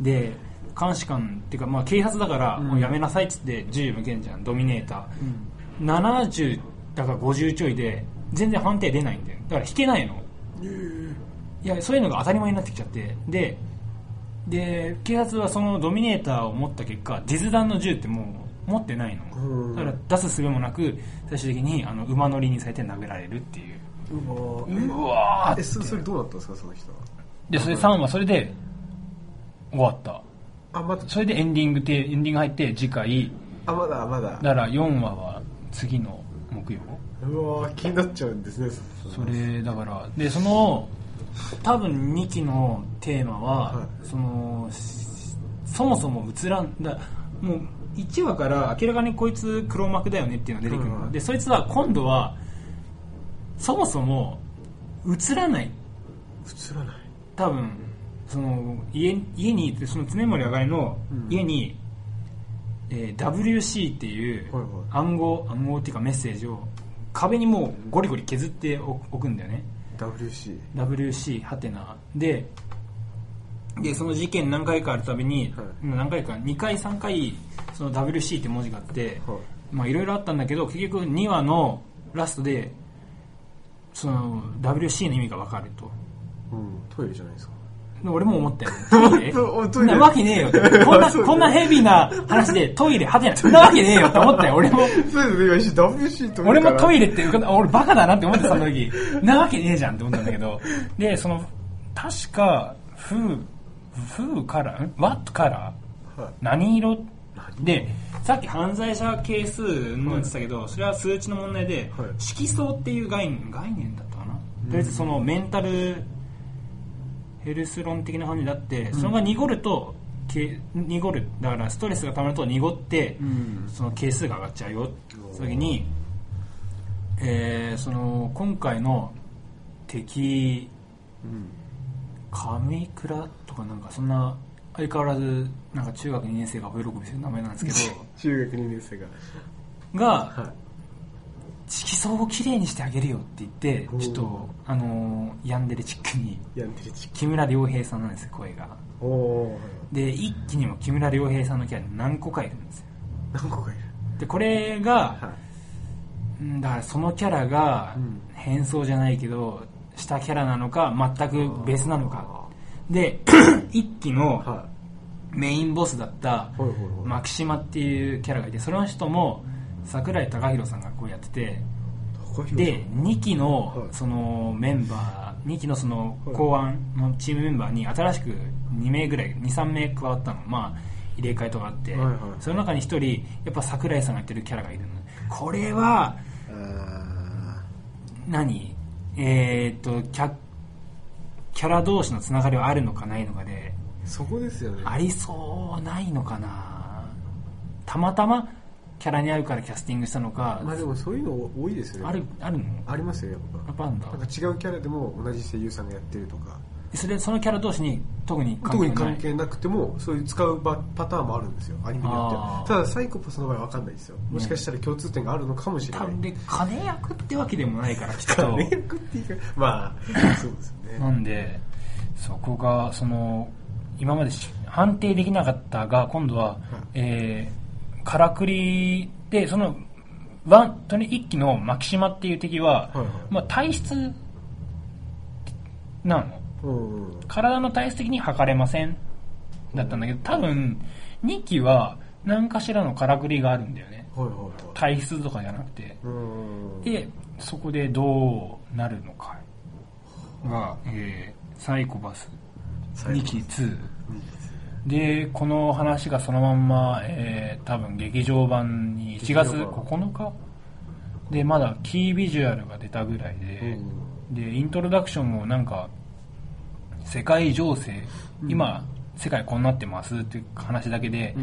で監視官っていうか、まあ、警察だから、もうやめなさいっつって銃向けんじゃんドミネーター、70だから50ちょいで全然判定出ないんだよだから引けないのいやそういうのが当たり前になってきちゃってでで警察はそのドミネーターを持った結果実弾の銃ってもう持ってないの、うんだから出すすべもなく最終的にあの馬乗りにされて殴られるっていううわうわえそそれどうだったんですかその人はでそれ3はそれで終わったあまだそれでエンディングてエンディング入って次回あまだまだだから4話は次の木曜うわ気になっちゃうんですねそそれだからでその多分2期のテーマは、はそのしそもそも映らんだもう1話から明らかにこいつ黒幕だよねっていうのが出てくるの、うんでそいつは今度はそもそも映らない映らない多分その家家にいてその常森あがりの家に、えー WC っていうはいはい暗号暗号っていうかメッセージを壁にもうゴリゴリ削っておく置くんだよね WC WC ハテナででその事件何回かあるたびに、はい何回か2回3回その WC って文字があって、はいまあいろいろあったんだけど結局2話のラストでその WC の意味がわかると。うんトイレじゃないですか俺も思ったよ。トイレ おトイレなわけねえよって。こんな、 そうだよこんなヘビーな話でトイレ派手な。なわけねえよって思ったよ、俺も。そうですね今一緒 WC トイレ俺もトイレレって、俺バカだなって思ってたその 時。なわけねえじゃんって思ったんだけど。で、その、確か、フー、フーから、んワットから、はい何色で、さっき犯罪者係数のってたけど、それは数値の問題ではい、色相っていう概念、概念だったかな。とりあえずそのメンタルヘルス論的な感じだって、それが濁ると、け濁るだからストレスがたまると濁って、その係数が上がっちゃうよって時に、えーその今回の敵上倉とかなんかそんな相変わらずなんか中学2年生がお喜びする名前なんですけ中学2年生がどがはい色相をきれいにしてあげるよって言っておーちょっとあのーヤンデレチックにヤンテレチッ木村良平さんなんですよ声がクおおで一気にも木村良平さんのキャラ何個かいるんですよ何個かいるでこれが、はいうんだからそのキャラがうん変装じゃないけど下キャラなのか全く別なのかで 一期のはメインボスだったいはいはいはいマキシマっていうキャラがいてその人も桜井孝宏さんがこうやってて高広で2期のはいそのメンバー2期のそのはい公安のチームメンバーに新しく2名ぐらい23名加わったのまあ入れ替えとかあってはいはいその中に1人やっぱ桜井さんがやってるキャラがいるのこれはあ何えーっとキャキャラ同士のつながりはあるのかないのかでーそこですよねありそうないのかなたまたまキャラに合うからキャスティングしたのか、まあでもそういうの多いですよねあるあるのありますよやっやっぱあんだぱなんか違うキャラでも同じ声優さんがやってるとかそれそのキャラ同士に特に関特係にない関係なくてもそういう使うパパターンもあるんですよアニメによってあはーただサイコパスの場合は分かんないですよもしかしたら共通点があるのかもしれ多ない、分で金役ってわけでもないからきっと金役っていうか まあそうですよなねんでそこがその今までし判定できなかったが今度は、えー、からくりでそのワンとに一期のマキシマっていう敵は、はいはいまあ、体質なのうんうん体の体質的に測れませんだったんだけど多分2期は何かしらのからくりがあるんだよねはいはいはい体質とかじゃなくてうんでそこでどうなるのかが、えーサイコパス最2後期2でこの話がそのまんま、えー多分劇場版に1月劇場版9日でまだキービジュアルが出たぐらいで、でイントロダクションもなんか世界情勢、今世界こうなってますっていう話だけで、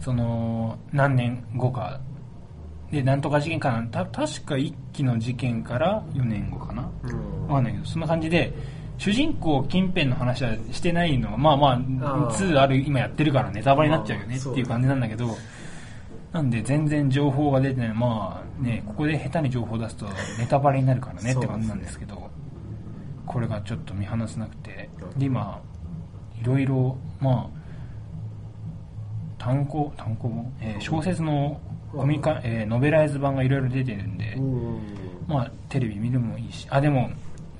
その何年後かでなんとか事件かなた確か1期の事件から4年後かな、わかんないけどそんな感じで主人公近辺の話はしてないのはまあまああー2ある今やってるからネタバレになっちゃうよねまあっそうていう感じなんだけど、なんで全然情報が出てないまあねここで下手に情報出すとネタバレになるからねって感じなんですけどこれがちょっと見放せなくてで今いろいろまあ単行単行本、えー小説のコミカ、えーノベライズ版がいろいろ出てるんで、まあテレビ見るもいいしあでも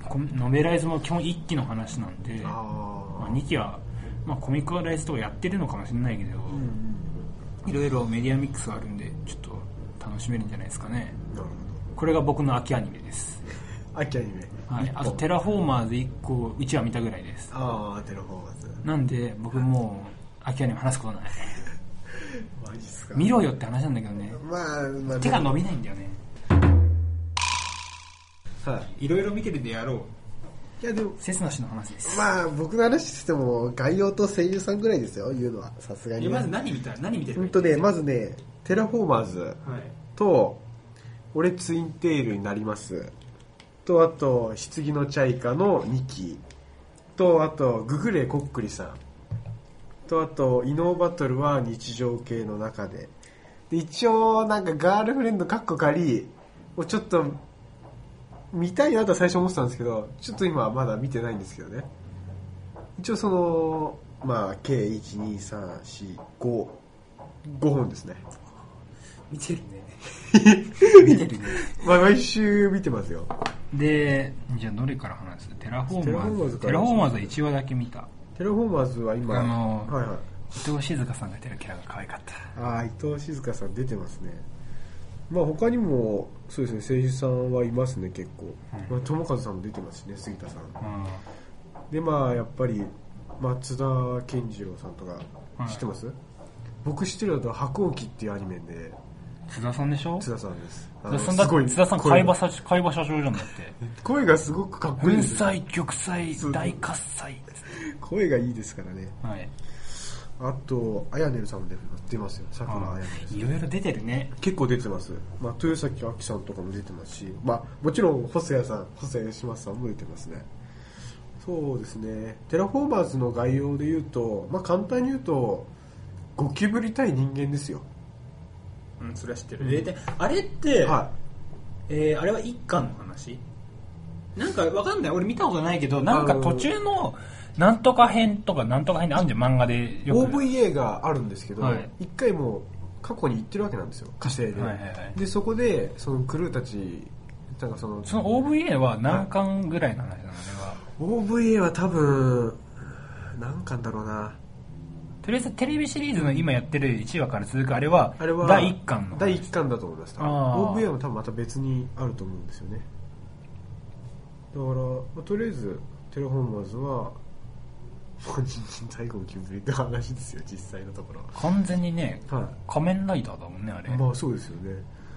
コミノベライズも基本1期の話なんでまああ、2期は、まあ、コミカライズとかやってるのかもしれないけど、いろいろメディアミックスがあるんでちょっと楽しめるんじゃないですかねあなるほこれが僕の秋アニメです、ど秋アニメはい、あとテラフォーマーズ1個うちは見たぐらいですああテラフォーマーズなんで僕もう秋アニメ話すことないマジっすか見ろよって話なんだけどねまあまあ手が伸びないんだよねはいいろいろ見てるでやろういやでもセスナ氏の話ですまあ僕の話しても概要と声優さんぐらいですよ言うのはさすがにえねまず何見た何見てるうんとねまずねテラフォーマーズはいと俺ツインテールになりますとあと棺のチャイカの2期とあとググレコックリさんとあとイノーバトルは日常系の中でで一応なんかガールフレンドカッコ仮をちょっと見たいなとは最初思ってたんですけどちょっと今はまだ見てないんですけどね一応そのまあ計12345 5本ですね見てるね見てるねまあ、毎週見てますよ。 でじゃあどれから話すテラフォーマーズテテララフフォォーーママーーズズかは1話だけ見たテラフォーマーズは今、あのーはいはい。伊藤静香さんがやってるキャラが可愛かったああ、伊藤静香さん出てますね。まあ他にも、そうですね、声優さんはいますね、結構。まあ、友和さんも出てますしね、杉田さん。うで、まあやっぱり、松田健次郎さんとかは、い知ってます、僕知ってるのだと、白鸚記っていうアニメで、ん津田さんでしょ津田さんです。あ津の田さんだって津田さん声海馬社長海馬社長じゃんだって声がすごくかっこいい粉です。砕玉砕大喝采声がいいですからね。はいあと、あやねるさんも出てますよ、さくらあやねるさん。いろいろ出てるね結構出てます、まあ、豊崎亜紀さんとかも出てますし、まあ、もちろん細谷さん細谷義正さんも出てますねそうですねテラフォーマーズの概要で言うと、まあ、簡単に言うとゴキブリ対人間ですようんそれは知ってる、えであれって、はえーあれは一巻の話なんかわかんない俺見たことないけどなんか途中のなんとか編とかなんとか編であんじゃん漫画でいよく OVA があるんですけど、はい一回もう過去に行ってるわけなんですよ火星で、はいはいはいでそこでそのクルーたちなんかそのその OVA は何巻ぐらいの話なのあれは OVA は多分何巻だろうなとりあえずテレビシリーズの今やってる1話から続くあれはあれは第1巻の第一巻だと思いますあー OVA も多分また別にあると思うんですよねだから、まあとりあえずテレフォーマーズは個人人最後の決めって話ですよ実際のところ完全にねは仮面ライダーだもんねあれいまあそうですよね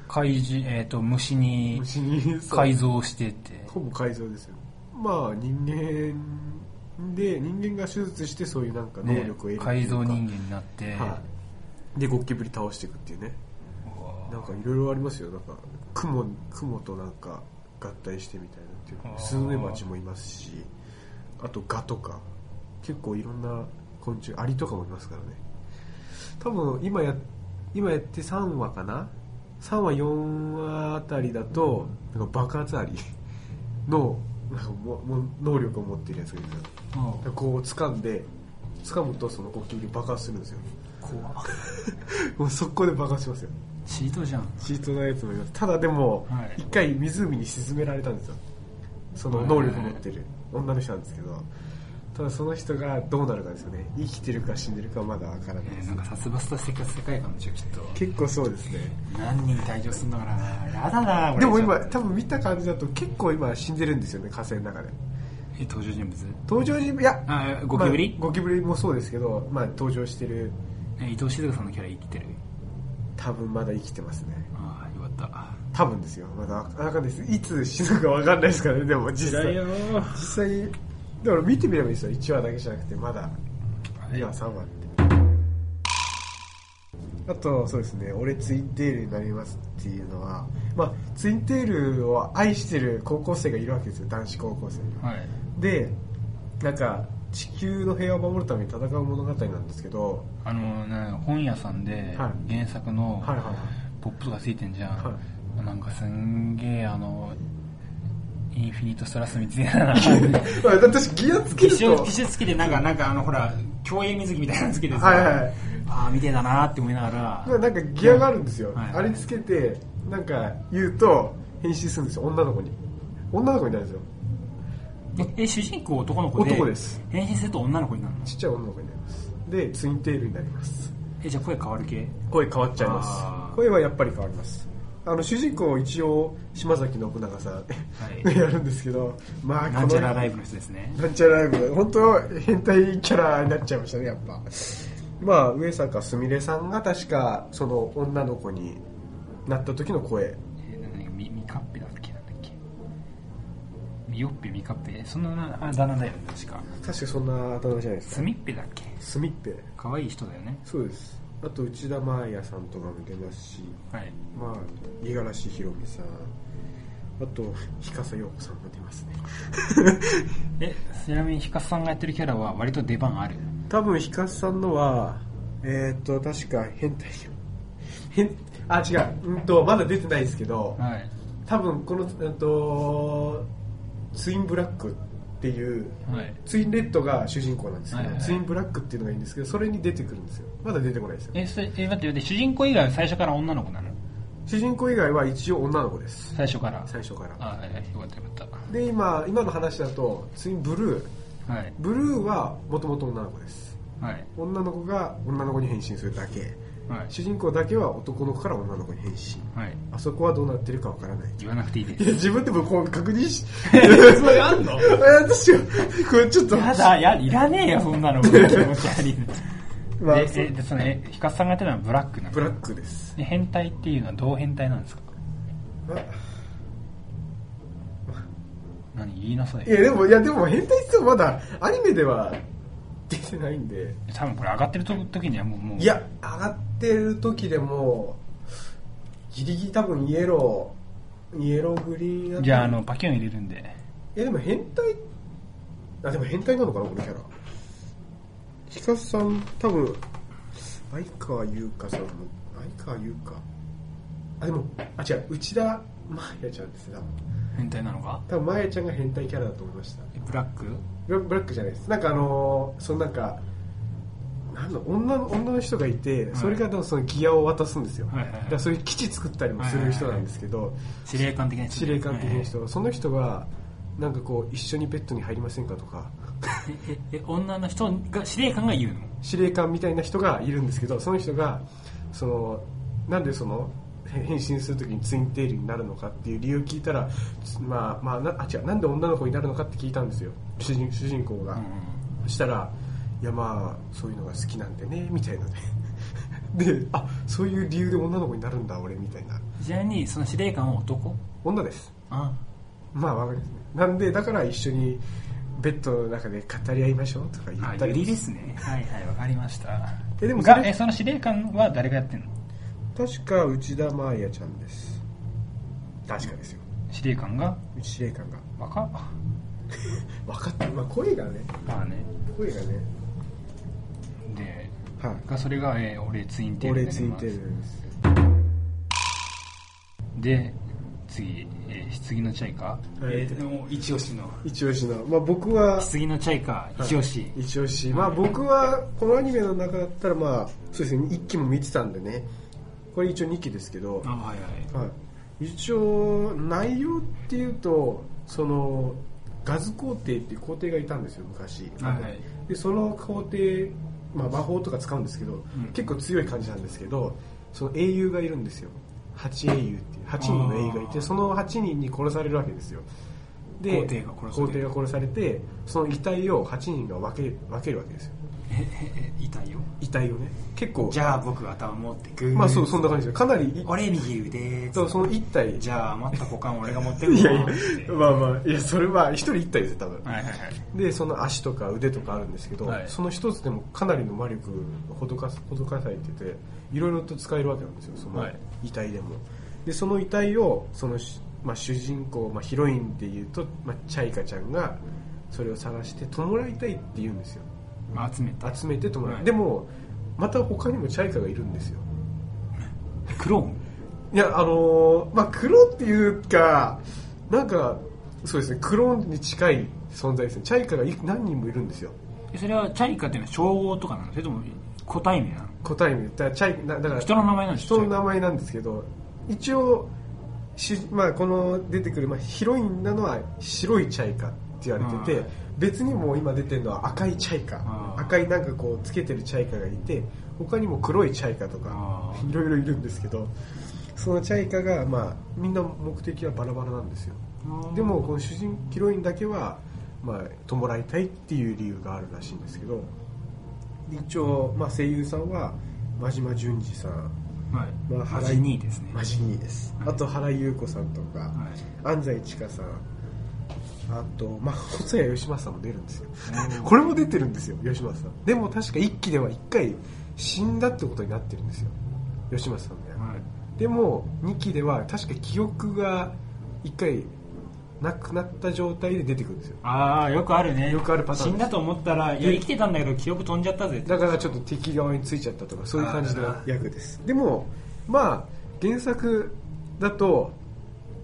怪獣えっと虫に虫にそう改造してってほぼ改造ですよまあ人間で人間が手術してそういうなんか能ね力を得るっていうか改造人間になって、はい、でゴキブリ倒していくっていうねうわなんかいろいろありますよなんか雲雲となんか合体してみたいなっていうあースズメバチもいますしあとガとか結構いろんな昆虫アリとかもいますからね多分今や今やって3話かな3話4話あたりだとなんか爆発アリのなんかもも能力を持ってるやつがいるんですよもでこう掴んで掴むとそのゴキブリ爆発するんですよう怖もう速攻で爆発しますよチートじゃんチートなやつもいますただでもはい一、回湖に沈められたんですよその能力持ってる女の人なんですけどただその人がどうなるかですよね生きてるか死んでるかはまだわからないですなんか殺伐としてきた世界観でしょきっと結構そうですね何人退場すんだからなやだな俺でも今多分見た感じだと結構今死んでるんですよね火星の中でえ登場人物登場人物いやあゴキブリまあゴキブリもそうですけど、まあ、登場してるえ伊藤静香さんのキャラ生きてる多分まだ生きてますねああよかった多分ですよまだわかんないですいつ死ぬかわかんないですからねでも実際実際だから見てみればいいですよ1話だけじゃなくてまだ2話3話ってあとそうですね俺ツインテールになりますっていうのはまあツインテールを愛してる高校生がいるわけですよ男子高校生はいでなんか地球の平和を守るために戦う物語なんですけどあのな本屋さんでは原作のはいはいはいポップとかついてんじゃん、はなんかすんげえあのインフィニットストラスみたいな 化まあ私ギアつける粧と化粧付きでなんかなんかあのほら競泳水着みたいなのつけてさ、はいはいはいああみてえだなって思いながらまあなんかギアがあるんですよ、はいあれつけてなんか言うと変身するんですよ女の子に女の子になるんですよええ主人公男の子で男です変身すると女の子になるのちっちゃい女の子になりますでツインテールになりますえじゃあ声変わる系声変わっちゃいあますー声はやっぱり変わりますあの主人公一応島崎信長さん、い やるんですけどまあなんちゃらライブの人ですねなんちゃらライブ本当変態キャラになっちゃいましたねやっぱまあ上坂すみれさんが確かその女の子になった時の声えーなんかみみかっぺだっけなんだっけみよっぺみかっぺそんななあだ名だよね確か確かそんな頭じゃないですすかみっぺだっけすみっぺ可愛い人だよねそうですあと内田真礼さんとかも出ますしはいまあ五十嵐ひろみさんあと日笠陽子さんも出ますねえちなみにひかさんがやってるキャラは割と出番ある多分ヒカスさんのはえー、っと確か変態変あ違ううんとまだ出てないですけどはい多分この、えっと、ツインブラックっていうはいツインレッドが主人公なんですけど、はいはいツインブラックっていうのがいいんですけどそれに出てくるんですよまだ出てこないですよえそれえ待って待って主人公以外は最初から女の子なの主人公以外は一応女の子です最初から最初からあはいはいよかったよかっで今今の話だとツインブルーたはいブルーはもともと女の子ですはい女の子が女の子に変身するだけはい主人公だけは男の子から女の子に変身はいあそこはどうなってるかわからない言わなくていいいでやす自分でもこう確認しそれあん のえ私はこれちょっとやだやいらねえよそんなの気持ち悪い まあええでそのえひかさんがやってるのはブラックなのブラックです。で変態っていうのはどう変態なんですか何言いなさいいや、でも、いや、でも、変態って言ってもまだ、アニメでは出てないんで。多分これ上がってると時にはもうもういいや、上がってる時でも、ギリギリ多分、イエロー、イエローグリーンじゃああの。のパキュン入れるんでいや、でも変態、あ、でも変態なのかな、このキャラ。ヒカスさん、多分、相川優香さんも、相川優香。あ、でも、あ、違う、内田真彩ちゃんですね、多分。変態なのか多分、真彩ちゃんが変態キャラだと思いました。えブラックブラブラックじゃないですなんかあのーそのなんかなんの女の女の人がいて、いそれがでもそのギアを渡すんですよ、はいはいはいだからそういう基地作ったりもする人なんですけど、司令官的な人司令官的な人、その人がなんかこう一緒にベッドに入りませんかとかえええ女の人が司令官が言うの司令官みたいな人がいるんですけどその人がそのなんでその変身するときにツインテールになるのかっていう理由を聞いたら、つまあまあ、なあ違うなんで女の子になるのかって聞いたんですよ主人主人公が、そしたら「いやまあそういうのが好きなんでね」みたいなね で「あそういう理由で女の子になるんだ俺」みたいなちなみにその司令官は男女ですあまあわかりますねなんでだから一緒にベッドの中で語り合いましょうとか言あったゆりりですねはいはいわかりましたえでもそれがえその司令官は誰がやってんの確か内田真彩ちゃんです確かですよ司令官が内司令官が若っ分かってまあ声がねまあね声がねではがそれが、えー俺ツインいテール俺になつりいまてするんですで次、えー、棺のチャイカえー、でも一押しの一押しのまあ僕は棺のチャイカ一押し、一押し、まあ、僕はこのアニメの中だったら、まあ、そうですね1期も見てたんでねこれ一応2期ですけど、あはいはいはい、一応内容っていうとそのガズ皇帝っていう皇帝がいたんですよ昔、はいはいでその皇帝、まあ、魔法とか使うんですけど、結構強い感じなんですけどその英雄がいるんですよ8英雄っていう8人の英雄がいてその8人に殺されるわけですよで皇帝が殺される皇帝が殺されてその遺体を8人が分け分けるわけですよ痛いよ遺体をね結構じゃあ僕頭持ってくまあそうそんな感じですよかなりい俺右腕そうその1体じゃあ余った股間俺が持ってくわいやいやってまあまあいやそれは1人1体ですよ多分はいはいはいでその足とか腕とかあるんですけど、はいその一つでもかなりの魔力がほどかほどかされてていろいろと使えるわけなんですよそのはい遺体でも、でその遺体をそのし、まあ、主人公、まあ、ヒロインでいうと、まあ、チャイカちゃんがそれを探して弔いたいって言うんですよまあ、集めて集めて弔い、はいでもまた他にもチャイカがいるんですよクローンいや、あのーまあ、黒っていうか、なんか、そうですね、黒に近い存在ですね。チャイカがい何人もいるんですよ。えそれはチャイカっていうのは称号とかなのそれとも個体名なの答えに言ったら、チャイなだから、人の名前なんです人の名前なんですけど、一応、しまあ、この出てくる、まあ、ヒロインなのは白いチャイカって言われてて、うん別にもう今出てるのは赤いチャイカ、うん赤いなんかこうつけてるチャイカがいて、他にも黒いチャイカとか、いろいろいるんですけど、そのチャイカが、まあ、みんな目的はバラバラなんですよ。でもこの主人ヒロインだけは、まあ、弔いたいっていう理由があるらしいんですけど一応、まあ、声優さんは真島淳二さん、はいまあ、マ原ジニーですね、真島ですあと原優子さんとか、はい安西千佳さんあと、まあ、細谷義正も出るんですよこれも出てるんですよ義正さんでも確か一期では一回死んだってことになってるんですよ義正さんの役はいでも2期では確か記憶が1回なくなった状態で出てくるんですよああよくあるねよくあるパターンです死んだと思ったらいや生きてたんだけど記憶飛んじゃったぜってだからちょっと敵側についちゃったとかそういう感じの役ですでもまあ原作だと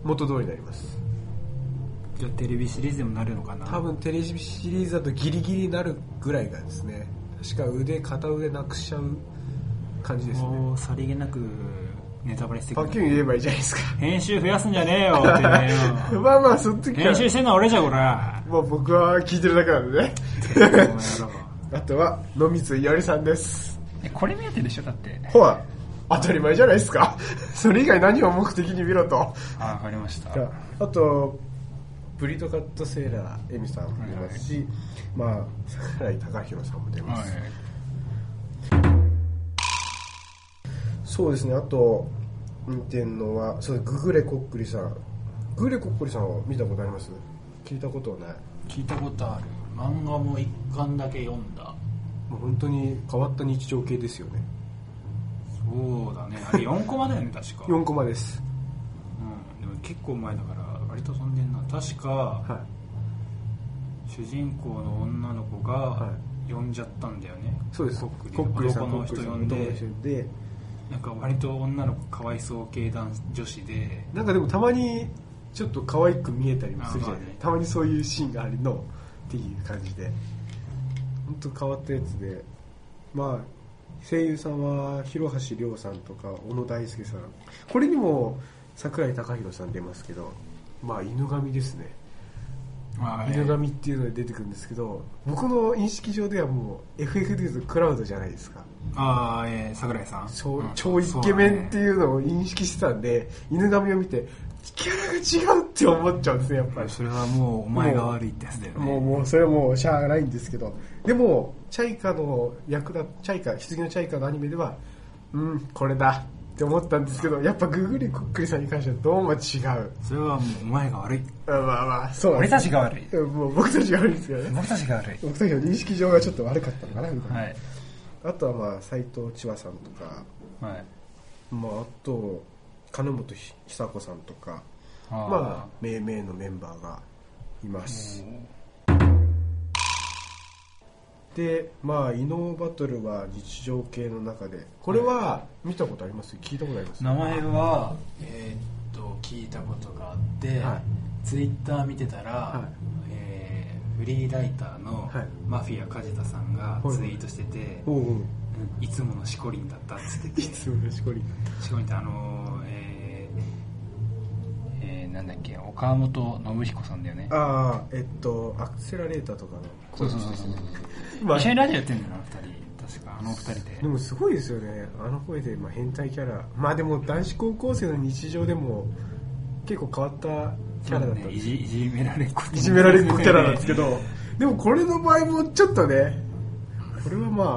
元通りになりますじゃあテレビシリーズでもなるのかな多分テレビシリーズだとギリギリになるぐらいがですね確か腕片腕なくしちゃう感じですねもうさりげなくネタバレしてくパるッキュン言えばいいじゃないですか編集増やすんじゃねえよってね まあまあその時は編集してんのは俺じゃこらまあ僕は聞いてるだけなんでねこの野郎 あとは野光いおりさんですえ これ目当てでしょだってほら、当たり前じゃないですか。 それ以外何を目的に見ろと。あわかりましたあと、ブリトカットセーラー、エミさんも出ますし、まあ、桜井孝宏さんも出ます。そうですね、あと、見てんのは、そうググレコックリさん。ググレコックリさんは見たことあります聞いたことはない。聞いたことある漫画も一巻だけ読んだもう本当に変わった日常系ですよね。そうだねあれ4コマだよね確か、 4コマです。うん、でも結構前だから割と飛んでんな確かは主人公の女の子が呼んじゃったんだよね、い。そうです。ココックリさんックリさ男んの人呼男の人でなんか割と女の子かわいそう系男女子でなんかでもたまにちょっと可愛く見えたりもするじゃあない、まあねたまにそういうシーンがあるのっていう感じで本当変わったやつでまあ声優さんは広橋涼さんとか小野大輔さんこれにも桜井孝宏さん出ますけどまあ犬神ですねまあ犬神っていうので出てくるんですけど僕の認識上ではもう FF でいうとクラウドじゃないですかあーえー桜井さん超うん超イケメンっていうのを認識してたんで、犬神を見てキャラが違うって思っちゃうんですねやっぱりそれはもうお前が悪いってやつだよねもう、もう、それはもう、しゃあないんですけど。でも、チャイカの役だ、チャイカ、棺のチャイカのアニメでは、うん、これだって思ったんですけど、やっぱグーグリコックリさんに関してはどうも違う。それはもうお前が悪いまあまあ、そうなんで俺すたちが悪いうんもう僕たちが悪いんですけどね。僕たちが悪い僕たちの認識上がちょっと悪かったのかな、みたいな。はいあとはまあ、斎藤千葉さんとか、はいまあ、あと、金本ひ久子さんとか、あーまあ、命名のメンバーがいます。で、まあ、異能バトルは日常系の中で、これは見たことあります聞いたことあります名前はえーっと聞いたことがあって、はいツイッター見てたら、はいえーフリーライターのはいマフィア梶田さんがツイートしてて、おうおういつものしこりんだったっつっていてしつもよしこり。こりんってあのーええーなんだっけ岡本信彦さんだよねああ、えっと、アクセラレーターとかの。そうそうそうそうまあ一緒にラジオやってんだよな二人確かあの二人ででもすごいですよね。あの声で、まあ、変態キャラ。まあでも、男子高校生の日常でも、結構変わったキャラだったんねでいじいじめられっ子いじめられっ子キャラなんですけど、 でもこれの場合もちょっとね、これはまあ、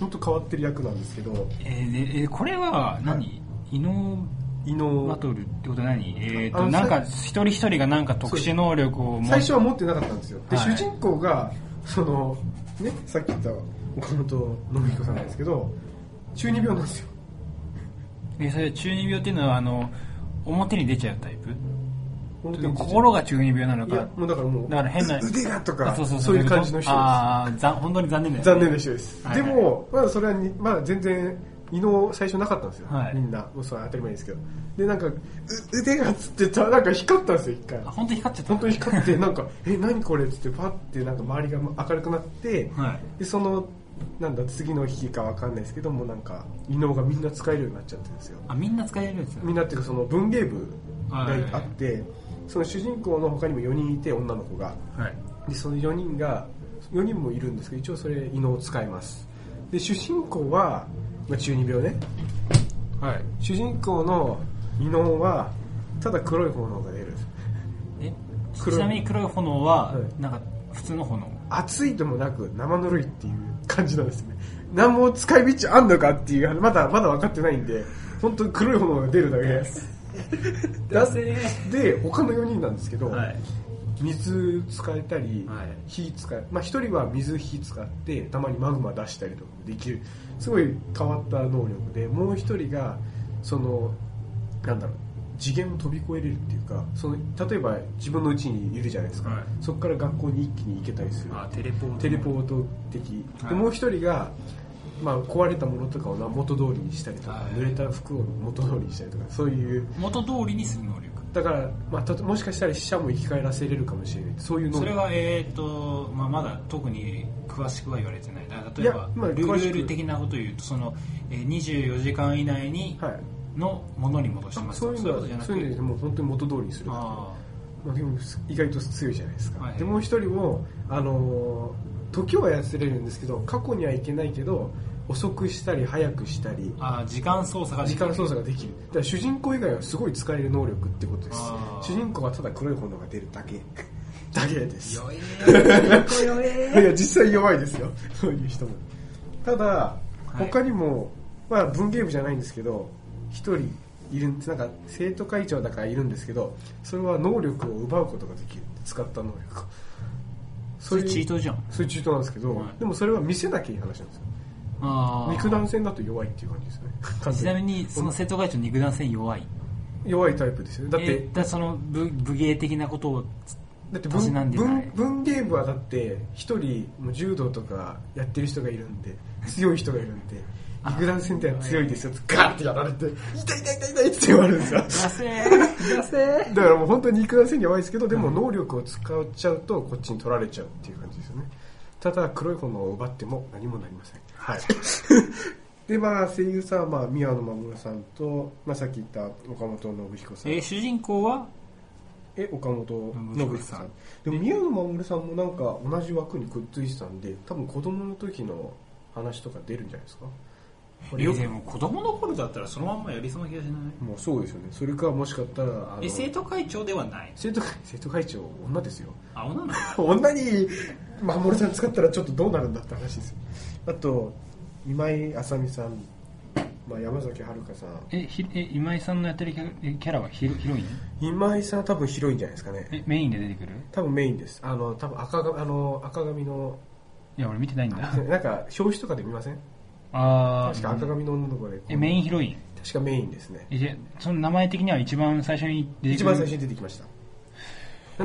本当変わってる役なんですけど、えーねえーこれは何、異能伊バ能、トルってことは何えっ、あと、のなんか、さ一人一人がなんか特殊能力を持最初は持ってなかったんですよ。で、はい主人公が、その、ね、さっき言った岡本信彦さんなんですけど、中二病なんですよ。えそれ中二病っていうのは、あの、表に出ちゃうタイプ本当に心が中二病なのいやか、、もうだからもう、だから変なう腕がとかあそうそうそういう感じの人ですああ、ざん本当に残念だよ、ね。残念な人です、はいはいでも、まだそれはに、まだ全然異能最初なかったんですよ、はいみんなもうそれは当たり前ですけどでなんかう腕がつってたなんか光ったんですよ一回あ本当に光っちゃった。本当に光ってなんか「え何これ?」っつってパッてなんか周りが明るくなって、はい。でそのなんだ次の日かわかんないですけどもうなんか異能がみんな使えるようになっちゃってるんですよあ、みんな使えるんですよ。みんなっていうかその文芸部がはいあって、その主人公の他にも4人いて女の子がはい。でその4人が4人もいるんですけど一応それ異能を使いますで主人公は、まあ、中二病ねはい主人公の異能はただ黒い炎が出るえち黒いなみに黒い炎は、はいなんか、普通の炎。熱いでもなく生ぬるいっていう感じなんですね何も使い道あんのかっていうまだまだ分かってないんで本当に黒い炎が出るだけ ですだぜで他の4人なんですけど、はい水使えたり、はい火使え、まあ、1人は水火使ってたまにマグマ出したりとかもできるすごい変わった能力でもう1人がそのなんだろう次元を飛び越えれるっていうかその例えば自分の家にいるじゃないですか、はいそこから学校に一気に行けたりするあテレポートテレポート的、はいでもう一人が、まあ、壊れたものとかをな元通りにしたりとか、はい濡れた服を元通りにしたりとかそういう元通りにする能力。だから、まあ、たともしかしたら死者も生き返らせれるかもしれないそういう能それ力は、えっ、と、まあ、まだ特に詳しくは言われてない。だから例えいやば、まあル詳しくール的なことを言うと、その、えー、24時間以内に、はいのものに戻しあますそういうそういうこのとじゃなはくてそういうのはもう本当に元通りにするまああ、でも意外と強いじゃないですか、はいでもう一人も、あのー時を操れるんですけど過去にはいけないけど遅くしたり早くしたりーあー時間操作がで時きる間操作ができるだから主人公以外はすごい使える能力ってことですあー主人公はただ黒い炎が出るだけだけですよえよいや実際弱いですよ そういう人もただい他にも、まあ文芸部じゃないんですけど一人いるんですなんか生徒会長だからいるんですけどそれは能力を奪うことができる使った能力をそ そうれいうチートじゃんそういうチートなんですけど、はいでもそれは見せなきゃいい話なんですよあー肉弾戦だと弱いっていう感 じですね完ち全なみにその生徒会長肉弾戦弱い弱いタイプですよねだっえてーだその武武芸的なこと をだってたしなん文でない文文芸部はだって一人もう柔道とかやってる人がいるん で強い人がいるんであ肉弾戦ってのは強いですよってガーってやられて痛い痛い痛い痛いって言われるんで すよ出せー出せーだからもう本当に肉弾戦に弱いですけどでも能力を使っちゃうとこっちに取られちゃうっていう感じですよねただ黒い炎を奪っても何もなりませんはい でまあ声優さんはまあ宮野真守さんと、まあ、さっき言った岡本信彦さんえー主人公はえ岡本信彦さんでも宮野真守さんもなんか同じ枠にくっついてたんで多分子供の時の話とか出るんじゃないですかえよーでも子供の頃だったらそのまんまやりそうな気がしないもうそうですよねそれかもしかしたらあのえ生徒会長ではない生徒会生徒会長女ですよあ女の子女に守さん使ったらちょっとどうなるんだって話ですよあと今井あさみさん、まあ、山崎遥香さんえひえ今井さんのやってるキャキャラはヒロヒロイン今井さんは多分広いんじゃないですかねえメインで出てくる多分メインですあの多分赤があの赤髪のいや俺見てないんだなんか表紙とかで見ませんあ確か赤あ髪の女の子でえメインヒロイン確かメインですねえじゃその名前的には一番最初に出てくる一番最初に出てきました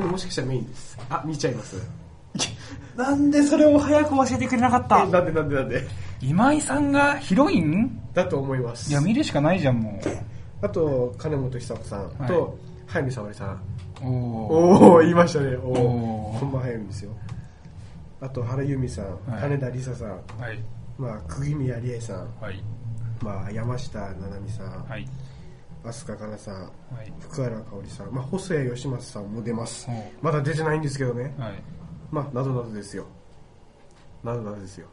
なんでもしかしたらメインですあ見ちゃいます なんでそれを早く教えてくれなかっえたなんでなんでなんで今井さんがヒロインだと思いますいや見るしかないじゃんもあと金本久子さんはいと早見沙織さんうおおおお言いましたねおおおーこんばん早見ですよあと原由美さん、はい金田理沙さん、はいまあ、釘宮理恵さん、はいまあ、山下七海さん、はい飛鳥かなさんはい福原香織さん、まあ、細谷義正さんも出ますおうまだ出てないんですけどねはいまあ、などなどですよ。などなどですよ。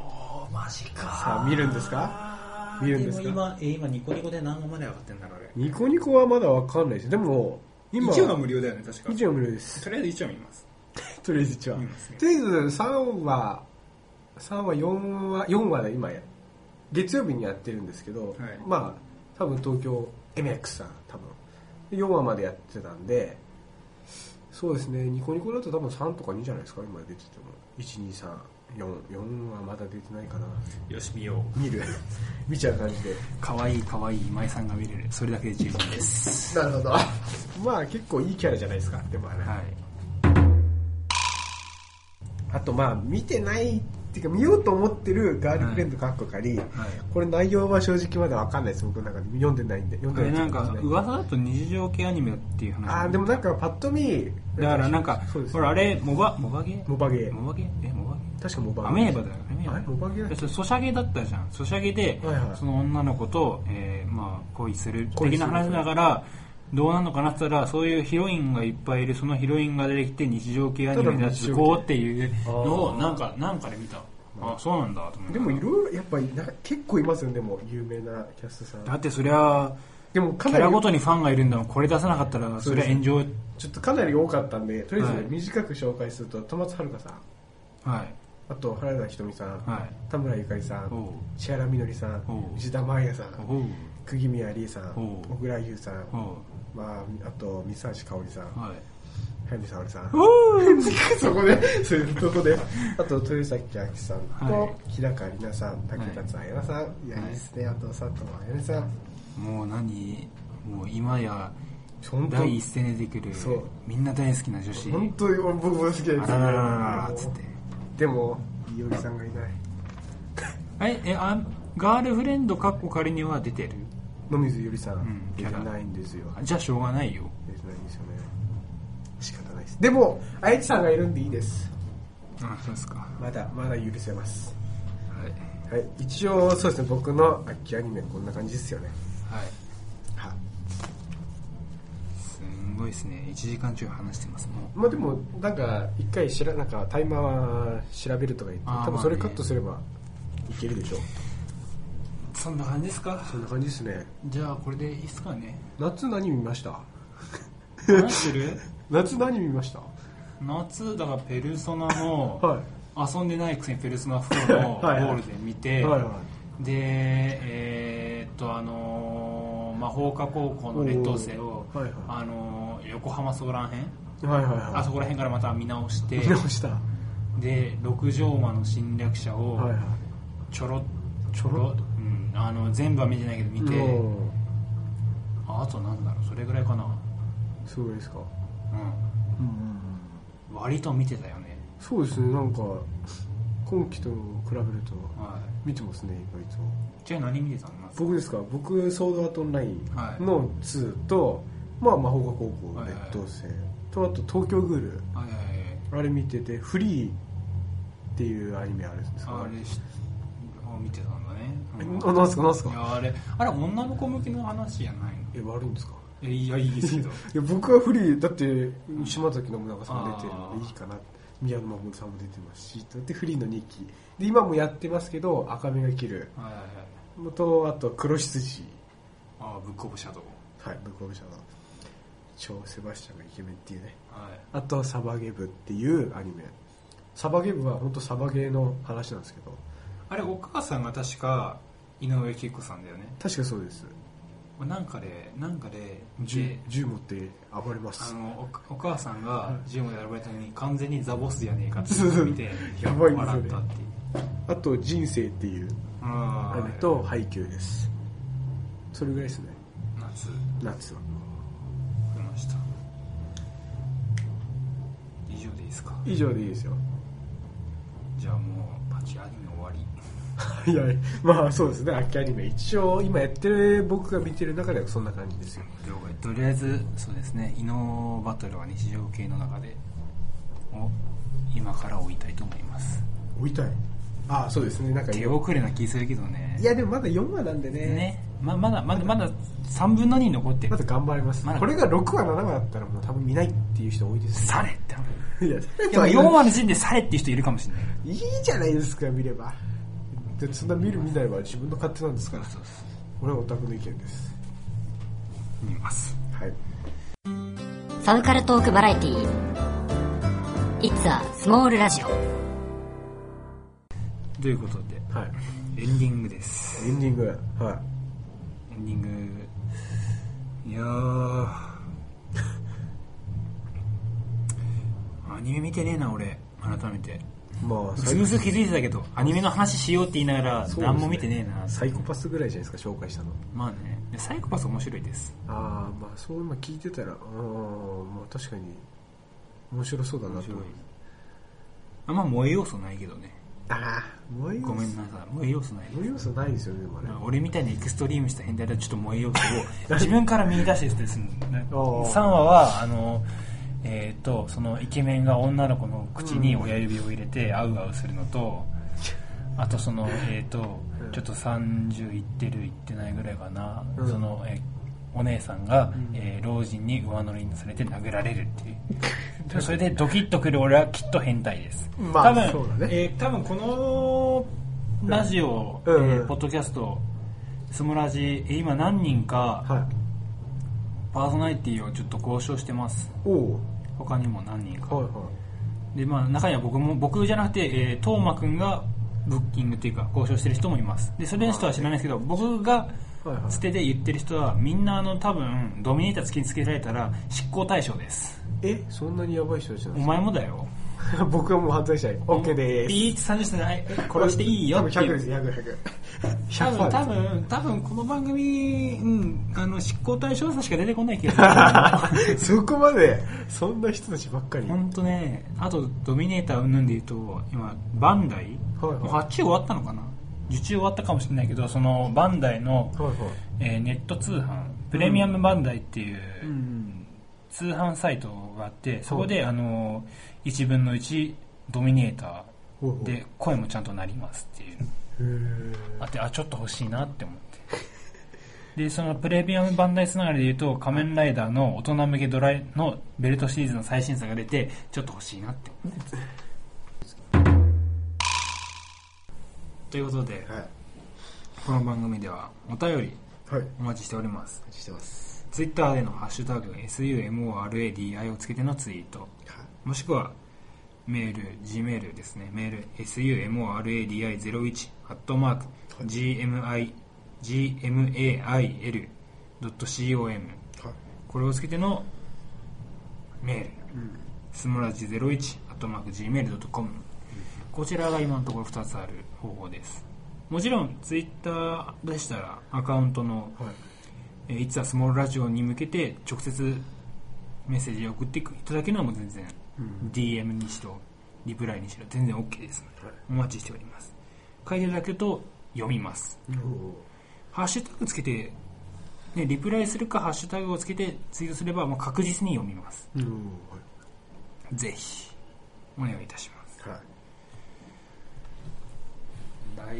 おマジかさあ見るんですか見るんですかも今え今ニコニコで何話まで上がってんだろうあれニコニコはまだわかんないです。でも、今1話は無料だよね確か一応無料ですとりあえず1話見ますとりあえず1話見ますねとりあえず3話3話4話4話で今や月曜日にやってるんですけど、はいまあ多分東京 MX さん多分4話までやってたんでそうですねニコニコだと多分3とか2じゃないですか今出てても1234はまだ出てないかなよし見よう見る 見ちゃう感じでかわいいかわいい今井さんが見れるそれだけで十分ですなるほどまあ結構いいキャラじゃないですかでもあれ、はいあとまあ見てないっていうか見ようと思ってるガールフレンドかっこかり、これ内容は正直まだわかんないです僕の中で読んでないんで読んこでれいなんか噂だと日常系アニメだっていう話ああでもなんかパッと見だからなんかそうですほらあれモバモバゲーモバゲーモバゲーえモバゲー確かモバゲーアメーバだよあれモバゲーだっけソシャゲだったじゃんソシャゲで、はいはいその女の子と、えーまあ、恋する恋す的るな話だからどうなのかなって言ったらそういうヒロインがいっぱいいるそのヒロインが出てきて日常系アニメだってこうっていうのをなんかなんかで見たあそうなんだと思ってでもいろいろやっぱりなんか結構いますよねでも有名なキャストさだんってそりゃでもかキなャりラごとにファンがいるんだもんこれ出さなかったらそそうりでゃす炎上はいちょっとかなり多かったんでとりあえずねはい短く紹介すると戸松遥さんあと原田ひとみさん、はい田村ゆかりさんおう千原みのりさんおう藤田真也さんおう釘宮理恵さんおう小倉優さんおまあ、あと三橋かおりさんうはい早見沙織さんおう そこでそういうとこであと豊崎明さんと、は日高里奈さん竹立彩奈さん、い、やいいですねあと佐藤彩音さんもう何もう今や本当第一声で出てくるそうみんな大好きな女子本当に俺僕も好きですあらららららっつってでもいおりさんがいないええあガールフレンドかっこ仮には出てる野水いおりさん、ん出てないんですよあじゃあしょうがないよ出てないんですよね仕方ないですでも愛知さんがいるんでいいですあそうですかはまだまだ許せますい、はい一応そうですね僕の秋アニメこんな感じですよねはい、はいすんごいですね1時間中話してますもうまあでもなんか一回しらなんかタイマーは調べるとか言ってあー多分それまあカねットすればいけるでしょうそんな感じですかそんな感じですねじゃあこれでいいっすかね夏何見ました話してる夏何見ました夏だからペルソナの、は遊んでないくせにペルソナ4のゴはいはいールで見て、はいはでえーっとあのー、魔法科高校の劣等生を、おーはいはいあのー横浜ソーラン編いはいはいあそはこら辺からまた見直してい見直したはで六条間の侵略者をいはいちょろちょろ、うん、あの全部は見てないけど見てもああとなんだろうそれぐらいかな、うすごいですかううんうんん、割と見てたよね、そうですねなんか今期と比べるとは見てますね意外とい、じゃあ何見てたの夏僕ですか僕ソードアートオンラインはいの2と、まあ魔法科高校はいはい劣等生とあと東京グールはいはいはいあれ見てて、フリーっていうアニメあるんですあかれしを見てたんだね、うんあ、なんすかなんすいかやあれあれ女の子向けの話じゃないえ、悪いんですかのいやいいですけどいや、僕はフリー、だって、島崎信長さんも出てるあんーで、いいかな。宮野真守さんも出てますし、だってフリーの2期。で、今もやってますけど、赤目が切る。はいはいはいと、あと、黒羊。ああぶっこぶシャドウはい、ブックオブシャドウ。超セバスチャンがイケメンっていうね。はいあとサバゲブっていうアニメ。サバゲブは本当サバゲーの話なんですけど、あれお母さんが確か井上貴子さんだよね確かそうです。なんかでなんかで銃で銃持って暴れまあす。のおお母さんがジムでアルバイトに完全にザボスじゃねえかって 見てやばいですよね笑ったっていうあと「人生」っていうアあニメと「ハイキュー」ですそれぐらいですね夏夏は出ました以上でいいですか以上でいいですよ じゃあもうパチアニメ終わりいやまあそうですね秋アニメ一応今やってる僕が見てる中ではそんな感じですよ了解とりあえずそうですね伊能バトルは日常系の中でを今から追いたいと思います追いたいああそうですねなんか手い遅れな気するけどねやでもまだ4話なんでねねままだまだまだ3分の2残ってまるだ頑張ります、まだこれが6話7話だったらもう多分見ないっていう人多いですされって いやでも4話の時点でされっていう人いるかもしれないいいじゃないですか見ればでそんな見る見ないは自分の勝手なんですからそうです俺はオタクの意見です見ますはいサブカルトークバラエティー It's a Small Radio ということではいエンディングですエンディングはエンディングいやー アニメ見てねえな俺改めていまあうすうす気づいてたけどアニメの話しようって言いながらそうですね何も見てねえなサイコパスぐらいじゃないですか紹介したのまあねでサイコパス面白いですああまあそう今聞いてたらあーまあ確かに面白そうだな面と白い思うあんま燃え要素ないけどねああ燃え要素ごめんなさい燃え要素ない燃え要素ないですよねでもあれ俺みたいにエクストリームした変態だとちょっと燃えよう と自分から見出してですねおー3話はあのえっ、とそのイケメンが女の子の口に親指を入れてアウアウするのと、あとそのえっ、とうんちょっと30いってるいってないぐらいかな、うんそのえお姉さんが、えー老人に上乗りにされて殴られる っていうそれでドキッとくる俺はきっと変態です、まあ多分そうだねえー多分このラジオ、うんうんえーポッドキャストスモラジえー今何人かはいパーソナリティをちょっと交渉してますおお他にも何人かはいはでまあ中には僕も僕じゃなくて、えー、トーマくんがブッキングというか交渉してる人もいますでそれの人は知らないですけど僕がはいはい捨てで言ってる人はみんなあの多分ドミネーター突きつけられたら執行対象ですいえそんなにヤバい人たちなんおですか前もだよ 僕はもう犯罪者 OK でーすビーチ30歳はい殺していいよ多分ってい100でうす100100多分多分多分この番組、うん、あの執行対象者しか出てこないけど そこまでそんな人たちばっかり本当ねあとドミネーター云々で言うと今バンダイ、はいはいもう発注終わったのかな受注終わったかもしれないけどそのバンダイの、はいはいえーネット通販プレミアムバンダイっていう、うん通販サイトがあってそこであの1分の1ドミネータほうほーうで声もちゃんとなりますっていうへーあってあちょっと欲しいなって思ってでそのプレミアムバンダイつながりで言うと「仮面ライダー」の大人向けドライのベルトシリーズの最新作が出てちょっと欲しいなって思ってということではいこの番組ではお便りはいお待ちしておりますしてますツイッターでの「ハッシュタグ #SUMORADI」をつけてのツイートはいもしくはメール、G メールですね。メール、sumoradi01、アットマーク、gmi、gmail.com。はいこれをつけてのメール、スモラジ01、アットマーク、gmail.com。こちらが今のところ2つある方法です。もちろん、ツイッターでしたら、アカウントの、はいえーいつはスモールラジオに向けて直接メッセージを送っていただけるのも全然、DM にしろリプライにしろ全然 OK です、はいお待ちしております書いていただけると読みますハッシュタグつけて、ね、リプライするかハッシュタグをつけてツイートすれば、まあ、確実に読みますうんぜひお願いいたしますはい来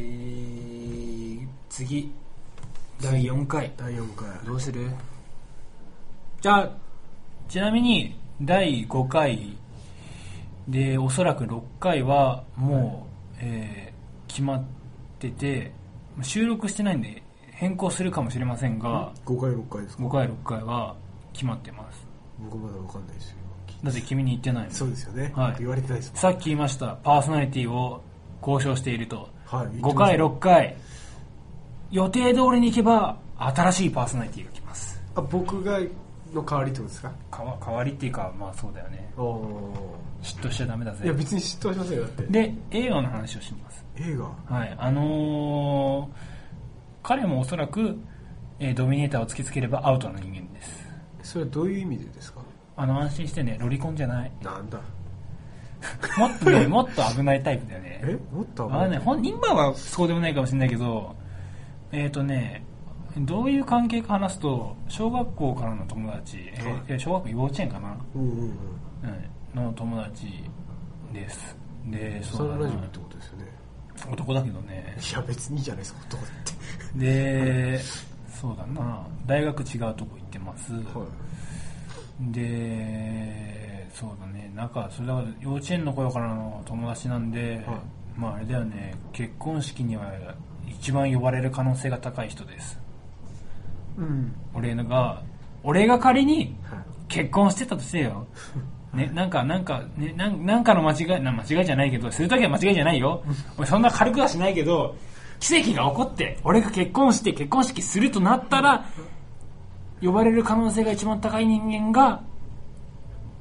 次第4回第4回どうするじゃあちなみに第5回でおそらく6回はもう、えー決まってて収録してないんで変更するかもしれませんが5回6回ですか5回6回は決まってます僕まだわかんないですよだって君に言ってないそもうんですよねはい僕言われてないですさっき言いましたパーソナリティを交渉しているともんはい5回6 6回予定通りに行けば新しいパーソナリティが来ますあ僕がの代わりってことですかかわ代わりっていうかまあそうだよねおお嫉妬しちゃダメだいやぜ別に嫉妬はしませんよだってで映画の話をします映画はいあのー彼もおそらく、えードミネーターを突きつければアウトな人間ですそれはどういう意味でですかあの安心してねロリコンじゃないなんだもっと ねもっと危ないタイプだよねえもっとあのね本人今はそうでもないかもしれないけどえっ、とねどういう関係か話すと小学校からの友達、えーいや小学校幼稚園かな、うんうんうんうん、の友達ですでそそれはうラだジオっなてことですよね男だけどねいや別にいいじゃないですか男だってでそうだな大学違うとこ行ってます、でそうだねなんかそれだから幼稚園の頃からの友達なんで、はいまああれだよね結婚式には一番呼ばれる可能性が高い人ですうん俺のが俺が仮にはい結婚してたとしてよ。ね、なんか、なんか、ね、なんなんかの間違い、な間違いじゃないけど、するときは間違いじゃないよ。 俺そんな軽くはしないけど、奇跡が起こって、俺が結婚して結婚式するとなったら、呼ばれる可能性が一番高い人間が、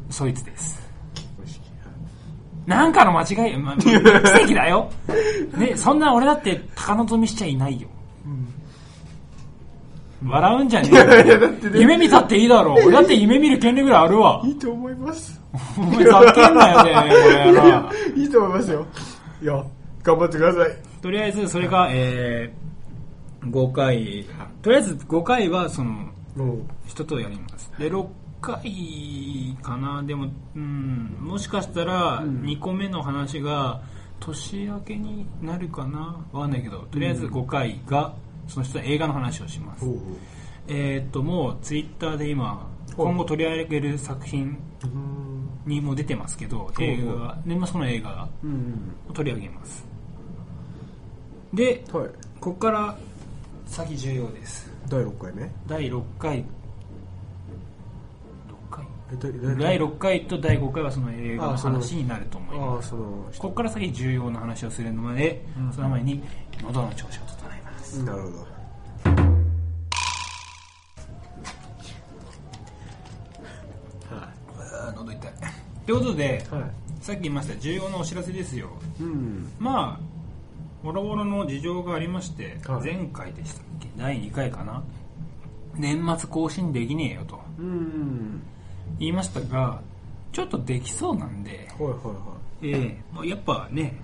そいつです。なんかの間違い、 ま、奇跡だよ。ね、そんな俺だって高望みしちゃいないよ。笑うんじゃねえよ。いやだってね夢見たっていいだろう。俺だって夢見る権利ぐらいあるわ。いいと思いますお前ざけんなよね、こいれやはいいと思いますよいや頑張ってくださいとりあえず、それが、えー、5回、とりあえず5回は、その、もう人とやります。で、6回かな、でも、うん、もしかしたら、2個目の話が、年明けになるかなわかんないけど、とりあえず5回が、その人は映画の話をします。えーっと、もう、ツイッターで今、今後取り上げる作品うんにも出てますけど、映画が、年末の映画うんを取り上げます。で、はいここから先重要です。第6回目え第6回、6回だだ第6回と第5回はその映画のあその話になると思いあまあす。そのここから先重要な話をするので、その前に喉の調子を整えます。なるほど喉痛い。ということで、はいさっき言いました重要なお知らせですよ。うんまあ、ボロボロの事情がありまして、はい前回でしたっけ第2回かな年末更新できねえよとうん言いましたが、ちょっとできそうなんで、はいはいはええまあやっぱね、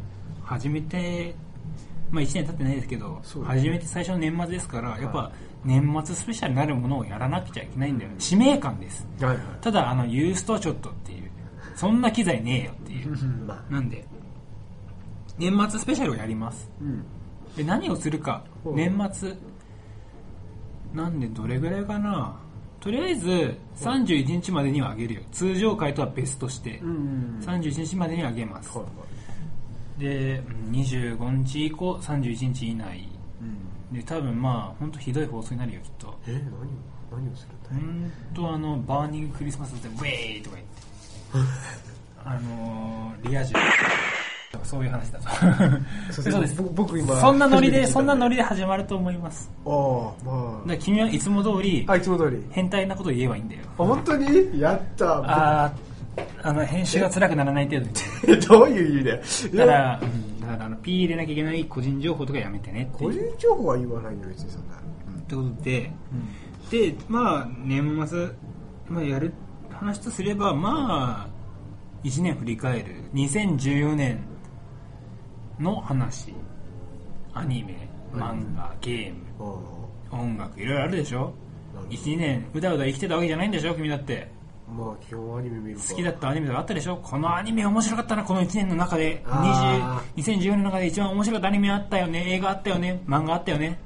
始めて、まあ1年経ってないですけど、そうですね初めて最初の年末ですから、やっぱ年末スペシャルになるものをやらなくちゃいけないんだよね。使命感です。いはいはいただ、あの、ユーストちょっとっていう、そんな機材ねえよっていう。うんまあなんで、年末スペシャルをやります。うんで何をするかほう年末なんでどれぐらいかなとりあえず31日までにはあげるよ通常回とは別としてうん31日までにあげますはいはいで25日以降31日以内うんで多分まあ本当ひどい放送になるよきっとえ何を何をするんだい本当あのバーニングクリスマスでウェーイとか言ってあのーリア充とかそういう話だとそうです僕僕今そんなノリでそ初めて聞いたんでんなノリで始まると思いますああまだから君はいつも通りああいつも通り変態なこと言えばいいんだよあ本当にやったあーあの編集が辛くならない程度に どういう意味でだから、うんだからあの P 入れなきゃいけない個人情報とかやめてねって個いう人情報は言わないよ別にそんなってことで、でまあ年末、まあ、やる話とすればまあ1年振り返る2014年の話アニメ漫画ゲームあ音楽いろいろあるでしょなるほど1年うだうだ生きてたわけじゃないんでしょ君だってあまあ基本アニメ見るか好きだったアニメとかあったでしょこのアニメ面白かったなこの1年の中で20あ2014年の中で一番面白かったアニメあったよね映画あったよね漫画あったよね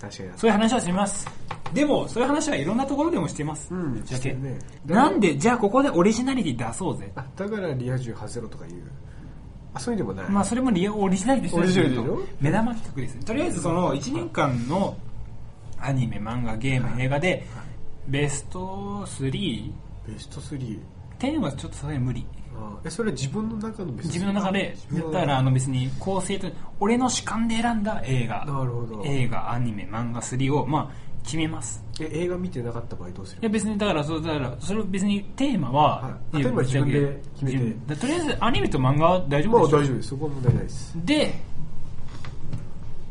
確かにそういう話はしますでもそういう話はいろんなところでもしてます、うんぶっちゃけ、してるねなんでじゃあここでオリジナリティ出そうぜあだからリア充外せろとか言うあそういうのでもない、まあそれもリアオリジナリティしてオリジナリティとでしょ目玉企画ですねとりあえずその1年間のアニメ漫画ゲーム映画でベスト3ベスト3 10はちょっとさすがに無理あえそれは自分の中のベスト自分の中でだからあの別に構成と俺の主観で選んだ映画なるほど映画アニメ漫画3をまあ決めますえ映画見てなかった場合どうすいやる別にだからそうだからそれ別にテーマは、はいあテーマは自分で決めて自分だとりあえずアニメと漫画は大丈まあ夫大でしょ、丈夫ですそこは問題ないですで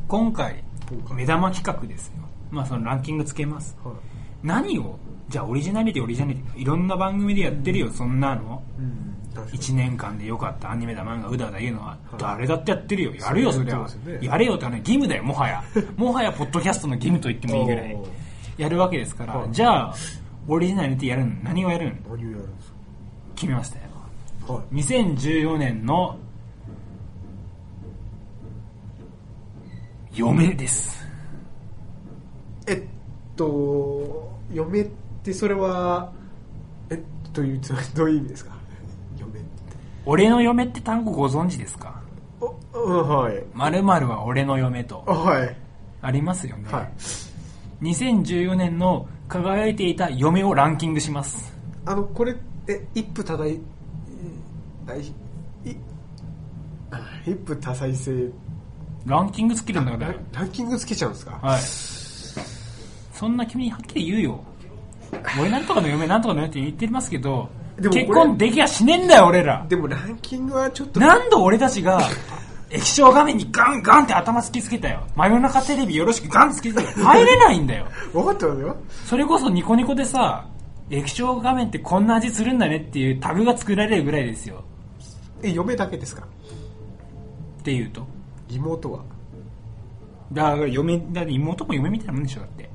今回今回目玉企画ですよまあそのランキングつけますはい何をじゃあオリジナリティオリジナリティいろんな番組でやってるよ、そんなのうん確かに1年間で良かったアニメだ漫画うだうだ言うのは誰だってやってるよやるよそそりりゃゃそうですよねやれよってね義務だよもは やもはやポッドキャストの義務と言ってもいいぐらいおーやるわけですからはいじゃあオリジナリティやるの何をやるの何をやるんです決めましたよかはい2014年の嫁ですえっと嫁ってそれはえという つまりどういう意味ですか嫁って俺の嫁って単語ご存知ですかおうんはい〇〇は俺の嫁とあはいありますよね、はい2014年の輝いていた嫁をランキングしますあのこれえ一夫多大あいいあ一夫多妻制ランキングつけるんだかラらンランキングつけちゃうんですかはいそんな君にはっきり言うよ俺なんとかの嫁なんとかの嫁って言ってますけどでもこれ結婚できやしねえんだよ俺らでもランキングはちょっと何度俺たちが液晶画面にガンガンって頭突きつけたよ真夜中テレビよろしくガン突きつけたよ入れないんだよ分かってますよそれこそニコニコでさ液晶画面ってこんな味するんだねっていうタグが作られるぐらいですよえ嫁だけですかっていうと妹はだから嫁だって妹も嫁みたいなもんでしょだって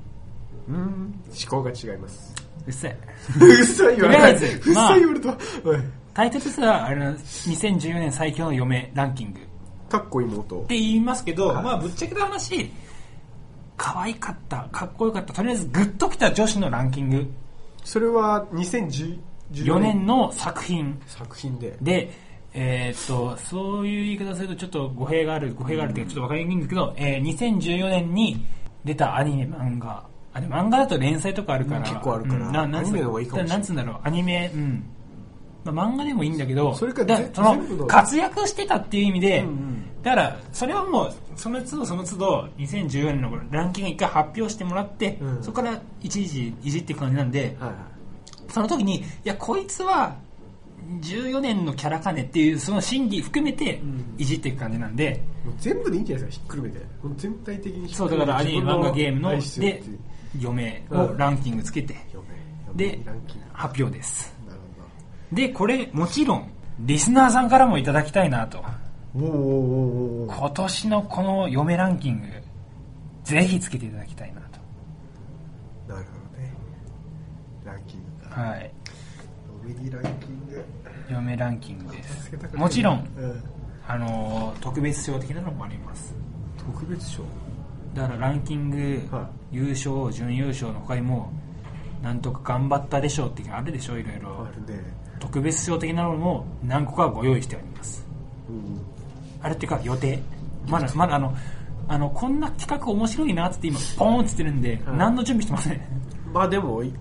うーん思考が違います うっせえうっさい言われとりあえずうっさい言われた、はいタイトルとしてはあれな2014年最強の嫁ランキングっかっこ妹て言いますけど、はいまあぶっちゃけた話可愛かったかっこよかったとりあえずグッときた女子のランキングそれは2014 4年の作品作品でで、えーっと、そういう言い方するとちょっと語弊がある、語弊があるっていうかちょっとわかりにくいんですけど、えー2014年に出たアニメ、漫画。あれ、漫画だと連載とかあるから。うん結構あるからうんななんつうアニメの方がいいかもしれないんつうんだろう、アニメ、うん。まあ、漫画でもいいんだけど、それかだぜその全部の活躍してたっていう意味で、うんうんだから、それはもう、その都度その都度、2014年のランキング一回発表してもらって、うんそこから一時いじっていく感じなんで、はいはいその時に、いや、こいつは、14年のキャラかねっていう、その心理含めてん、いじっていく感じなんで、もう全部でいいんじゃないですかひっくるめてもう全体的にひっそう、くだるからめてアニメ、自分漫画、ゲームの愛、してるっでていう、嫁をランキングつけて、嫁嫁でにランキング、発表です。なるで、これ、もちろん、リスナーさんからもいただきたいなと。ほどおーおーおーおー今年のこの嫁ランキング、ぜひつけていただきたいなと。なるほどねランキングかはい。嫁にランキング嫁ランキングでつすけたく。ないもちろん、うん、あのー特別賞的なのもあります。特別賞だからランキング、は優勝準優勝の他にもなんとか頑張ったでしょうっていうのあるでしょいろいろ、あるね特別賞的なのも何個かご用意しておりますうんあれっていうか予定まだまだあのあのこんな企画面白いなっつって今ポーンっつってるんで、はい何の準備してませんまあでもいい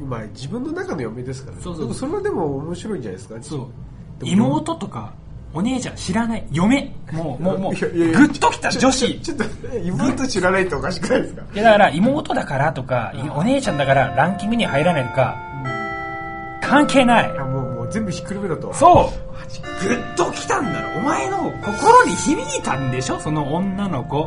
今自分の中の嫁ですからねそうそうでもそれはでも面白いんじゃないですかそうでも妹とかお姉ちゃん知らない嫁もうもうもういグやいやいやッときた女子ちょっと妹知らないとおかしくないですかいやだから妹だからとか、お姉ちゃんだからランキングには入らないとか関係ないあもうもう全部ひっくるめだとそうグッときたんだろお前の心に響いたんでしょその女の子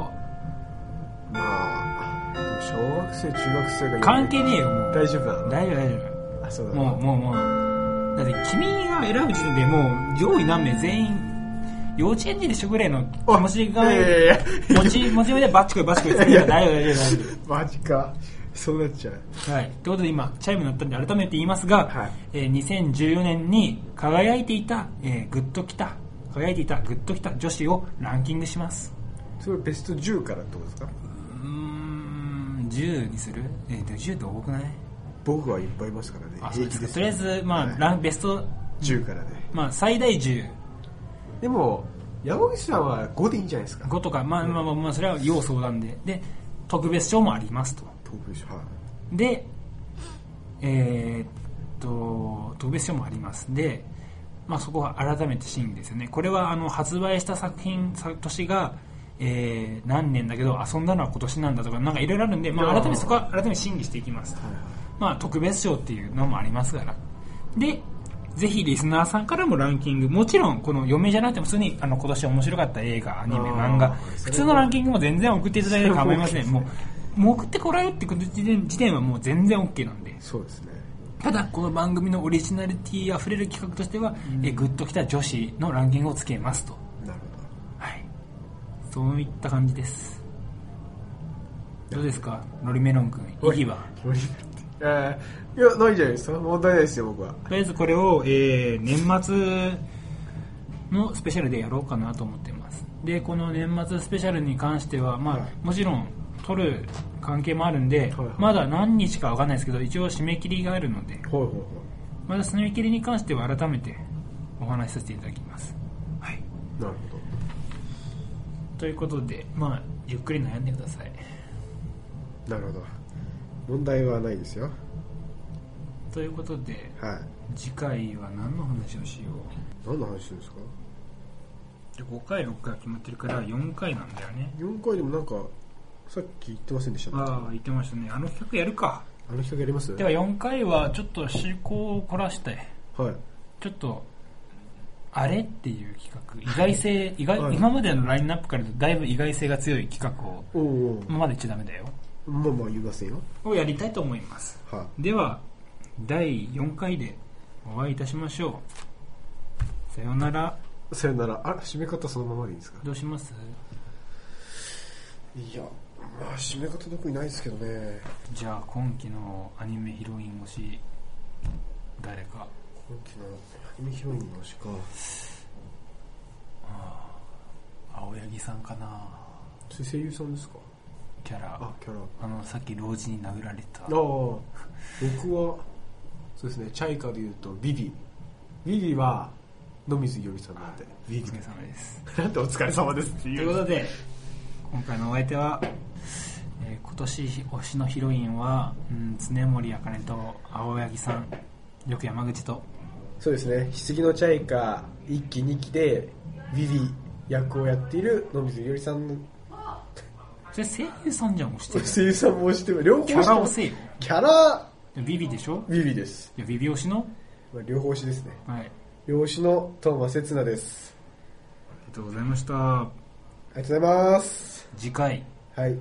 まあでも小学生中学生が嫁関係ねえよもう大丈夫なの大丈夫大丈あそうだ夫もうもうもうだって君が選ぶ時点でもう上位何名全員幼稚園児でしょぐらいの気持ちがいやいやいや持ち 持ち上でバッチコイバッチコイつけたら大丈夫大丈夫大丈マジかそうなっちゃう夫はいということで今チャイム鳴ったんで改めて言いますが、はいえー2014年に輝いていた、えーグッときた輝いていたグッときた女子をランキングしますそれベスト10からってことですかうーん10にするえっ、と10って多くない僕はいっぱいいますからねあそう平で気すでかすとりあえず、まあはいランベスト、 10からねまあ、最大10でも山口さんは5でいいんじゃないですか5とか、まあまあまあ、まあ、それは要相談でで特別賞もありますとトップでしょはいでえーっと特別賞もありますで、まあ、そこは改めて真意ですよねこれはあの発売した作品さ年が、えー何年だけど遊んだのは今年なんだとかなんかいろいろあるんで、まいやあ、ー改めてそこは改めて審議していきます、はいはいまあ、特別賞っていうのもありますから。で、ぜひリスナーさんからもランキング、もちろんこの嫁じゃなくても普通にあの今年面白かった映画、アニメ、あー漫画、普それは通のランキングも全然送っていただいて構いません。それもはう、 もう送ってこられるってこと時点時点はもう全然 OK なんで。そうですねただ、この番組のオリジナリティ溢れる企画としては、えグッときた女子のランキングをつけますと。なるほどはい。そういった感じです。どうですかのりメロン君、意義は無理だってえーいやないじゃないですか問題ないですよ僕はとりあえずこれを、えー年末のスペシャルでやろうかなと思ってますでこの年末スペシャルに関しては、まあはいもちろん撮る関係もあるんで、はいまだ何日か分かんないですけど一応締め切りがあるのでほいほいほいまだ締め切りに関しては改めてお話しさせていただきます、はい、なるほということで、まあ、ゆっくり悩んでくださいどなるほど問題はないですよということではい次回は何の話をしよう何の話してるんですかで5回6回決まってるから4回なんだよね4回でもなんかさっき言ってませんでしたあああ言ってましたねあの企画やるかあの企画やりますでは4回はちょっと趣向を凝らしてはいちょっとあれっていう企画意外性意外、はい今までのラインナップからだとだいぶ意外性が強い企画をおうおう今まで言っちゃダメだよまあまあ言いませんよをやりたいと思いますはいでは第4回でお会いいたしましょうさようならさよならあ締め方そのままでいいんですかどうしますいやまあ締め方特にないですけどねじゃあ今期のアニメヒロイン推し誰か今期のアニメヒロインの推しか青柳さんかなそれ声優さんですかキャラあキャラああのさっき老人に殴られたあ僕はそうですねチャイカで言うとビビビビは野水よりさんなんでビおビ疲れ様です なんでお疲れ様ですってといいううことで今回のお相手は、えー今年推しのヒロインは、うん、常森茜と青柳さんよく山口とそうですね棺のチャイカ1期2期でビビ役をやっている野水よりさんのそれ声優さんじゃん押してる声優さんも推してる両方キャラ推押してせよキャラビビでしょビビですいやビビ推しのまあ両方推しですねはいあり両推しのトーマセツナですがとうございましたありがとうございます次回はい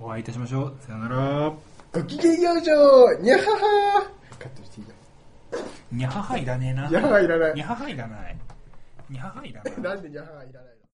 お会いいたしましょうさよならごきげんようじょうにゃははカットしていいかにゃははいらねえなにゃははいらないにゃははいらないにゃははいらないなんでにゃははいらないの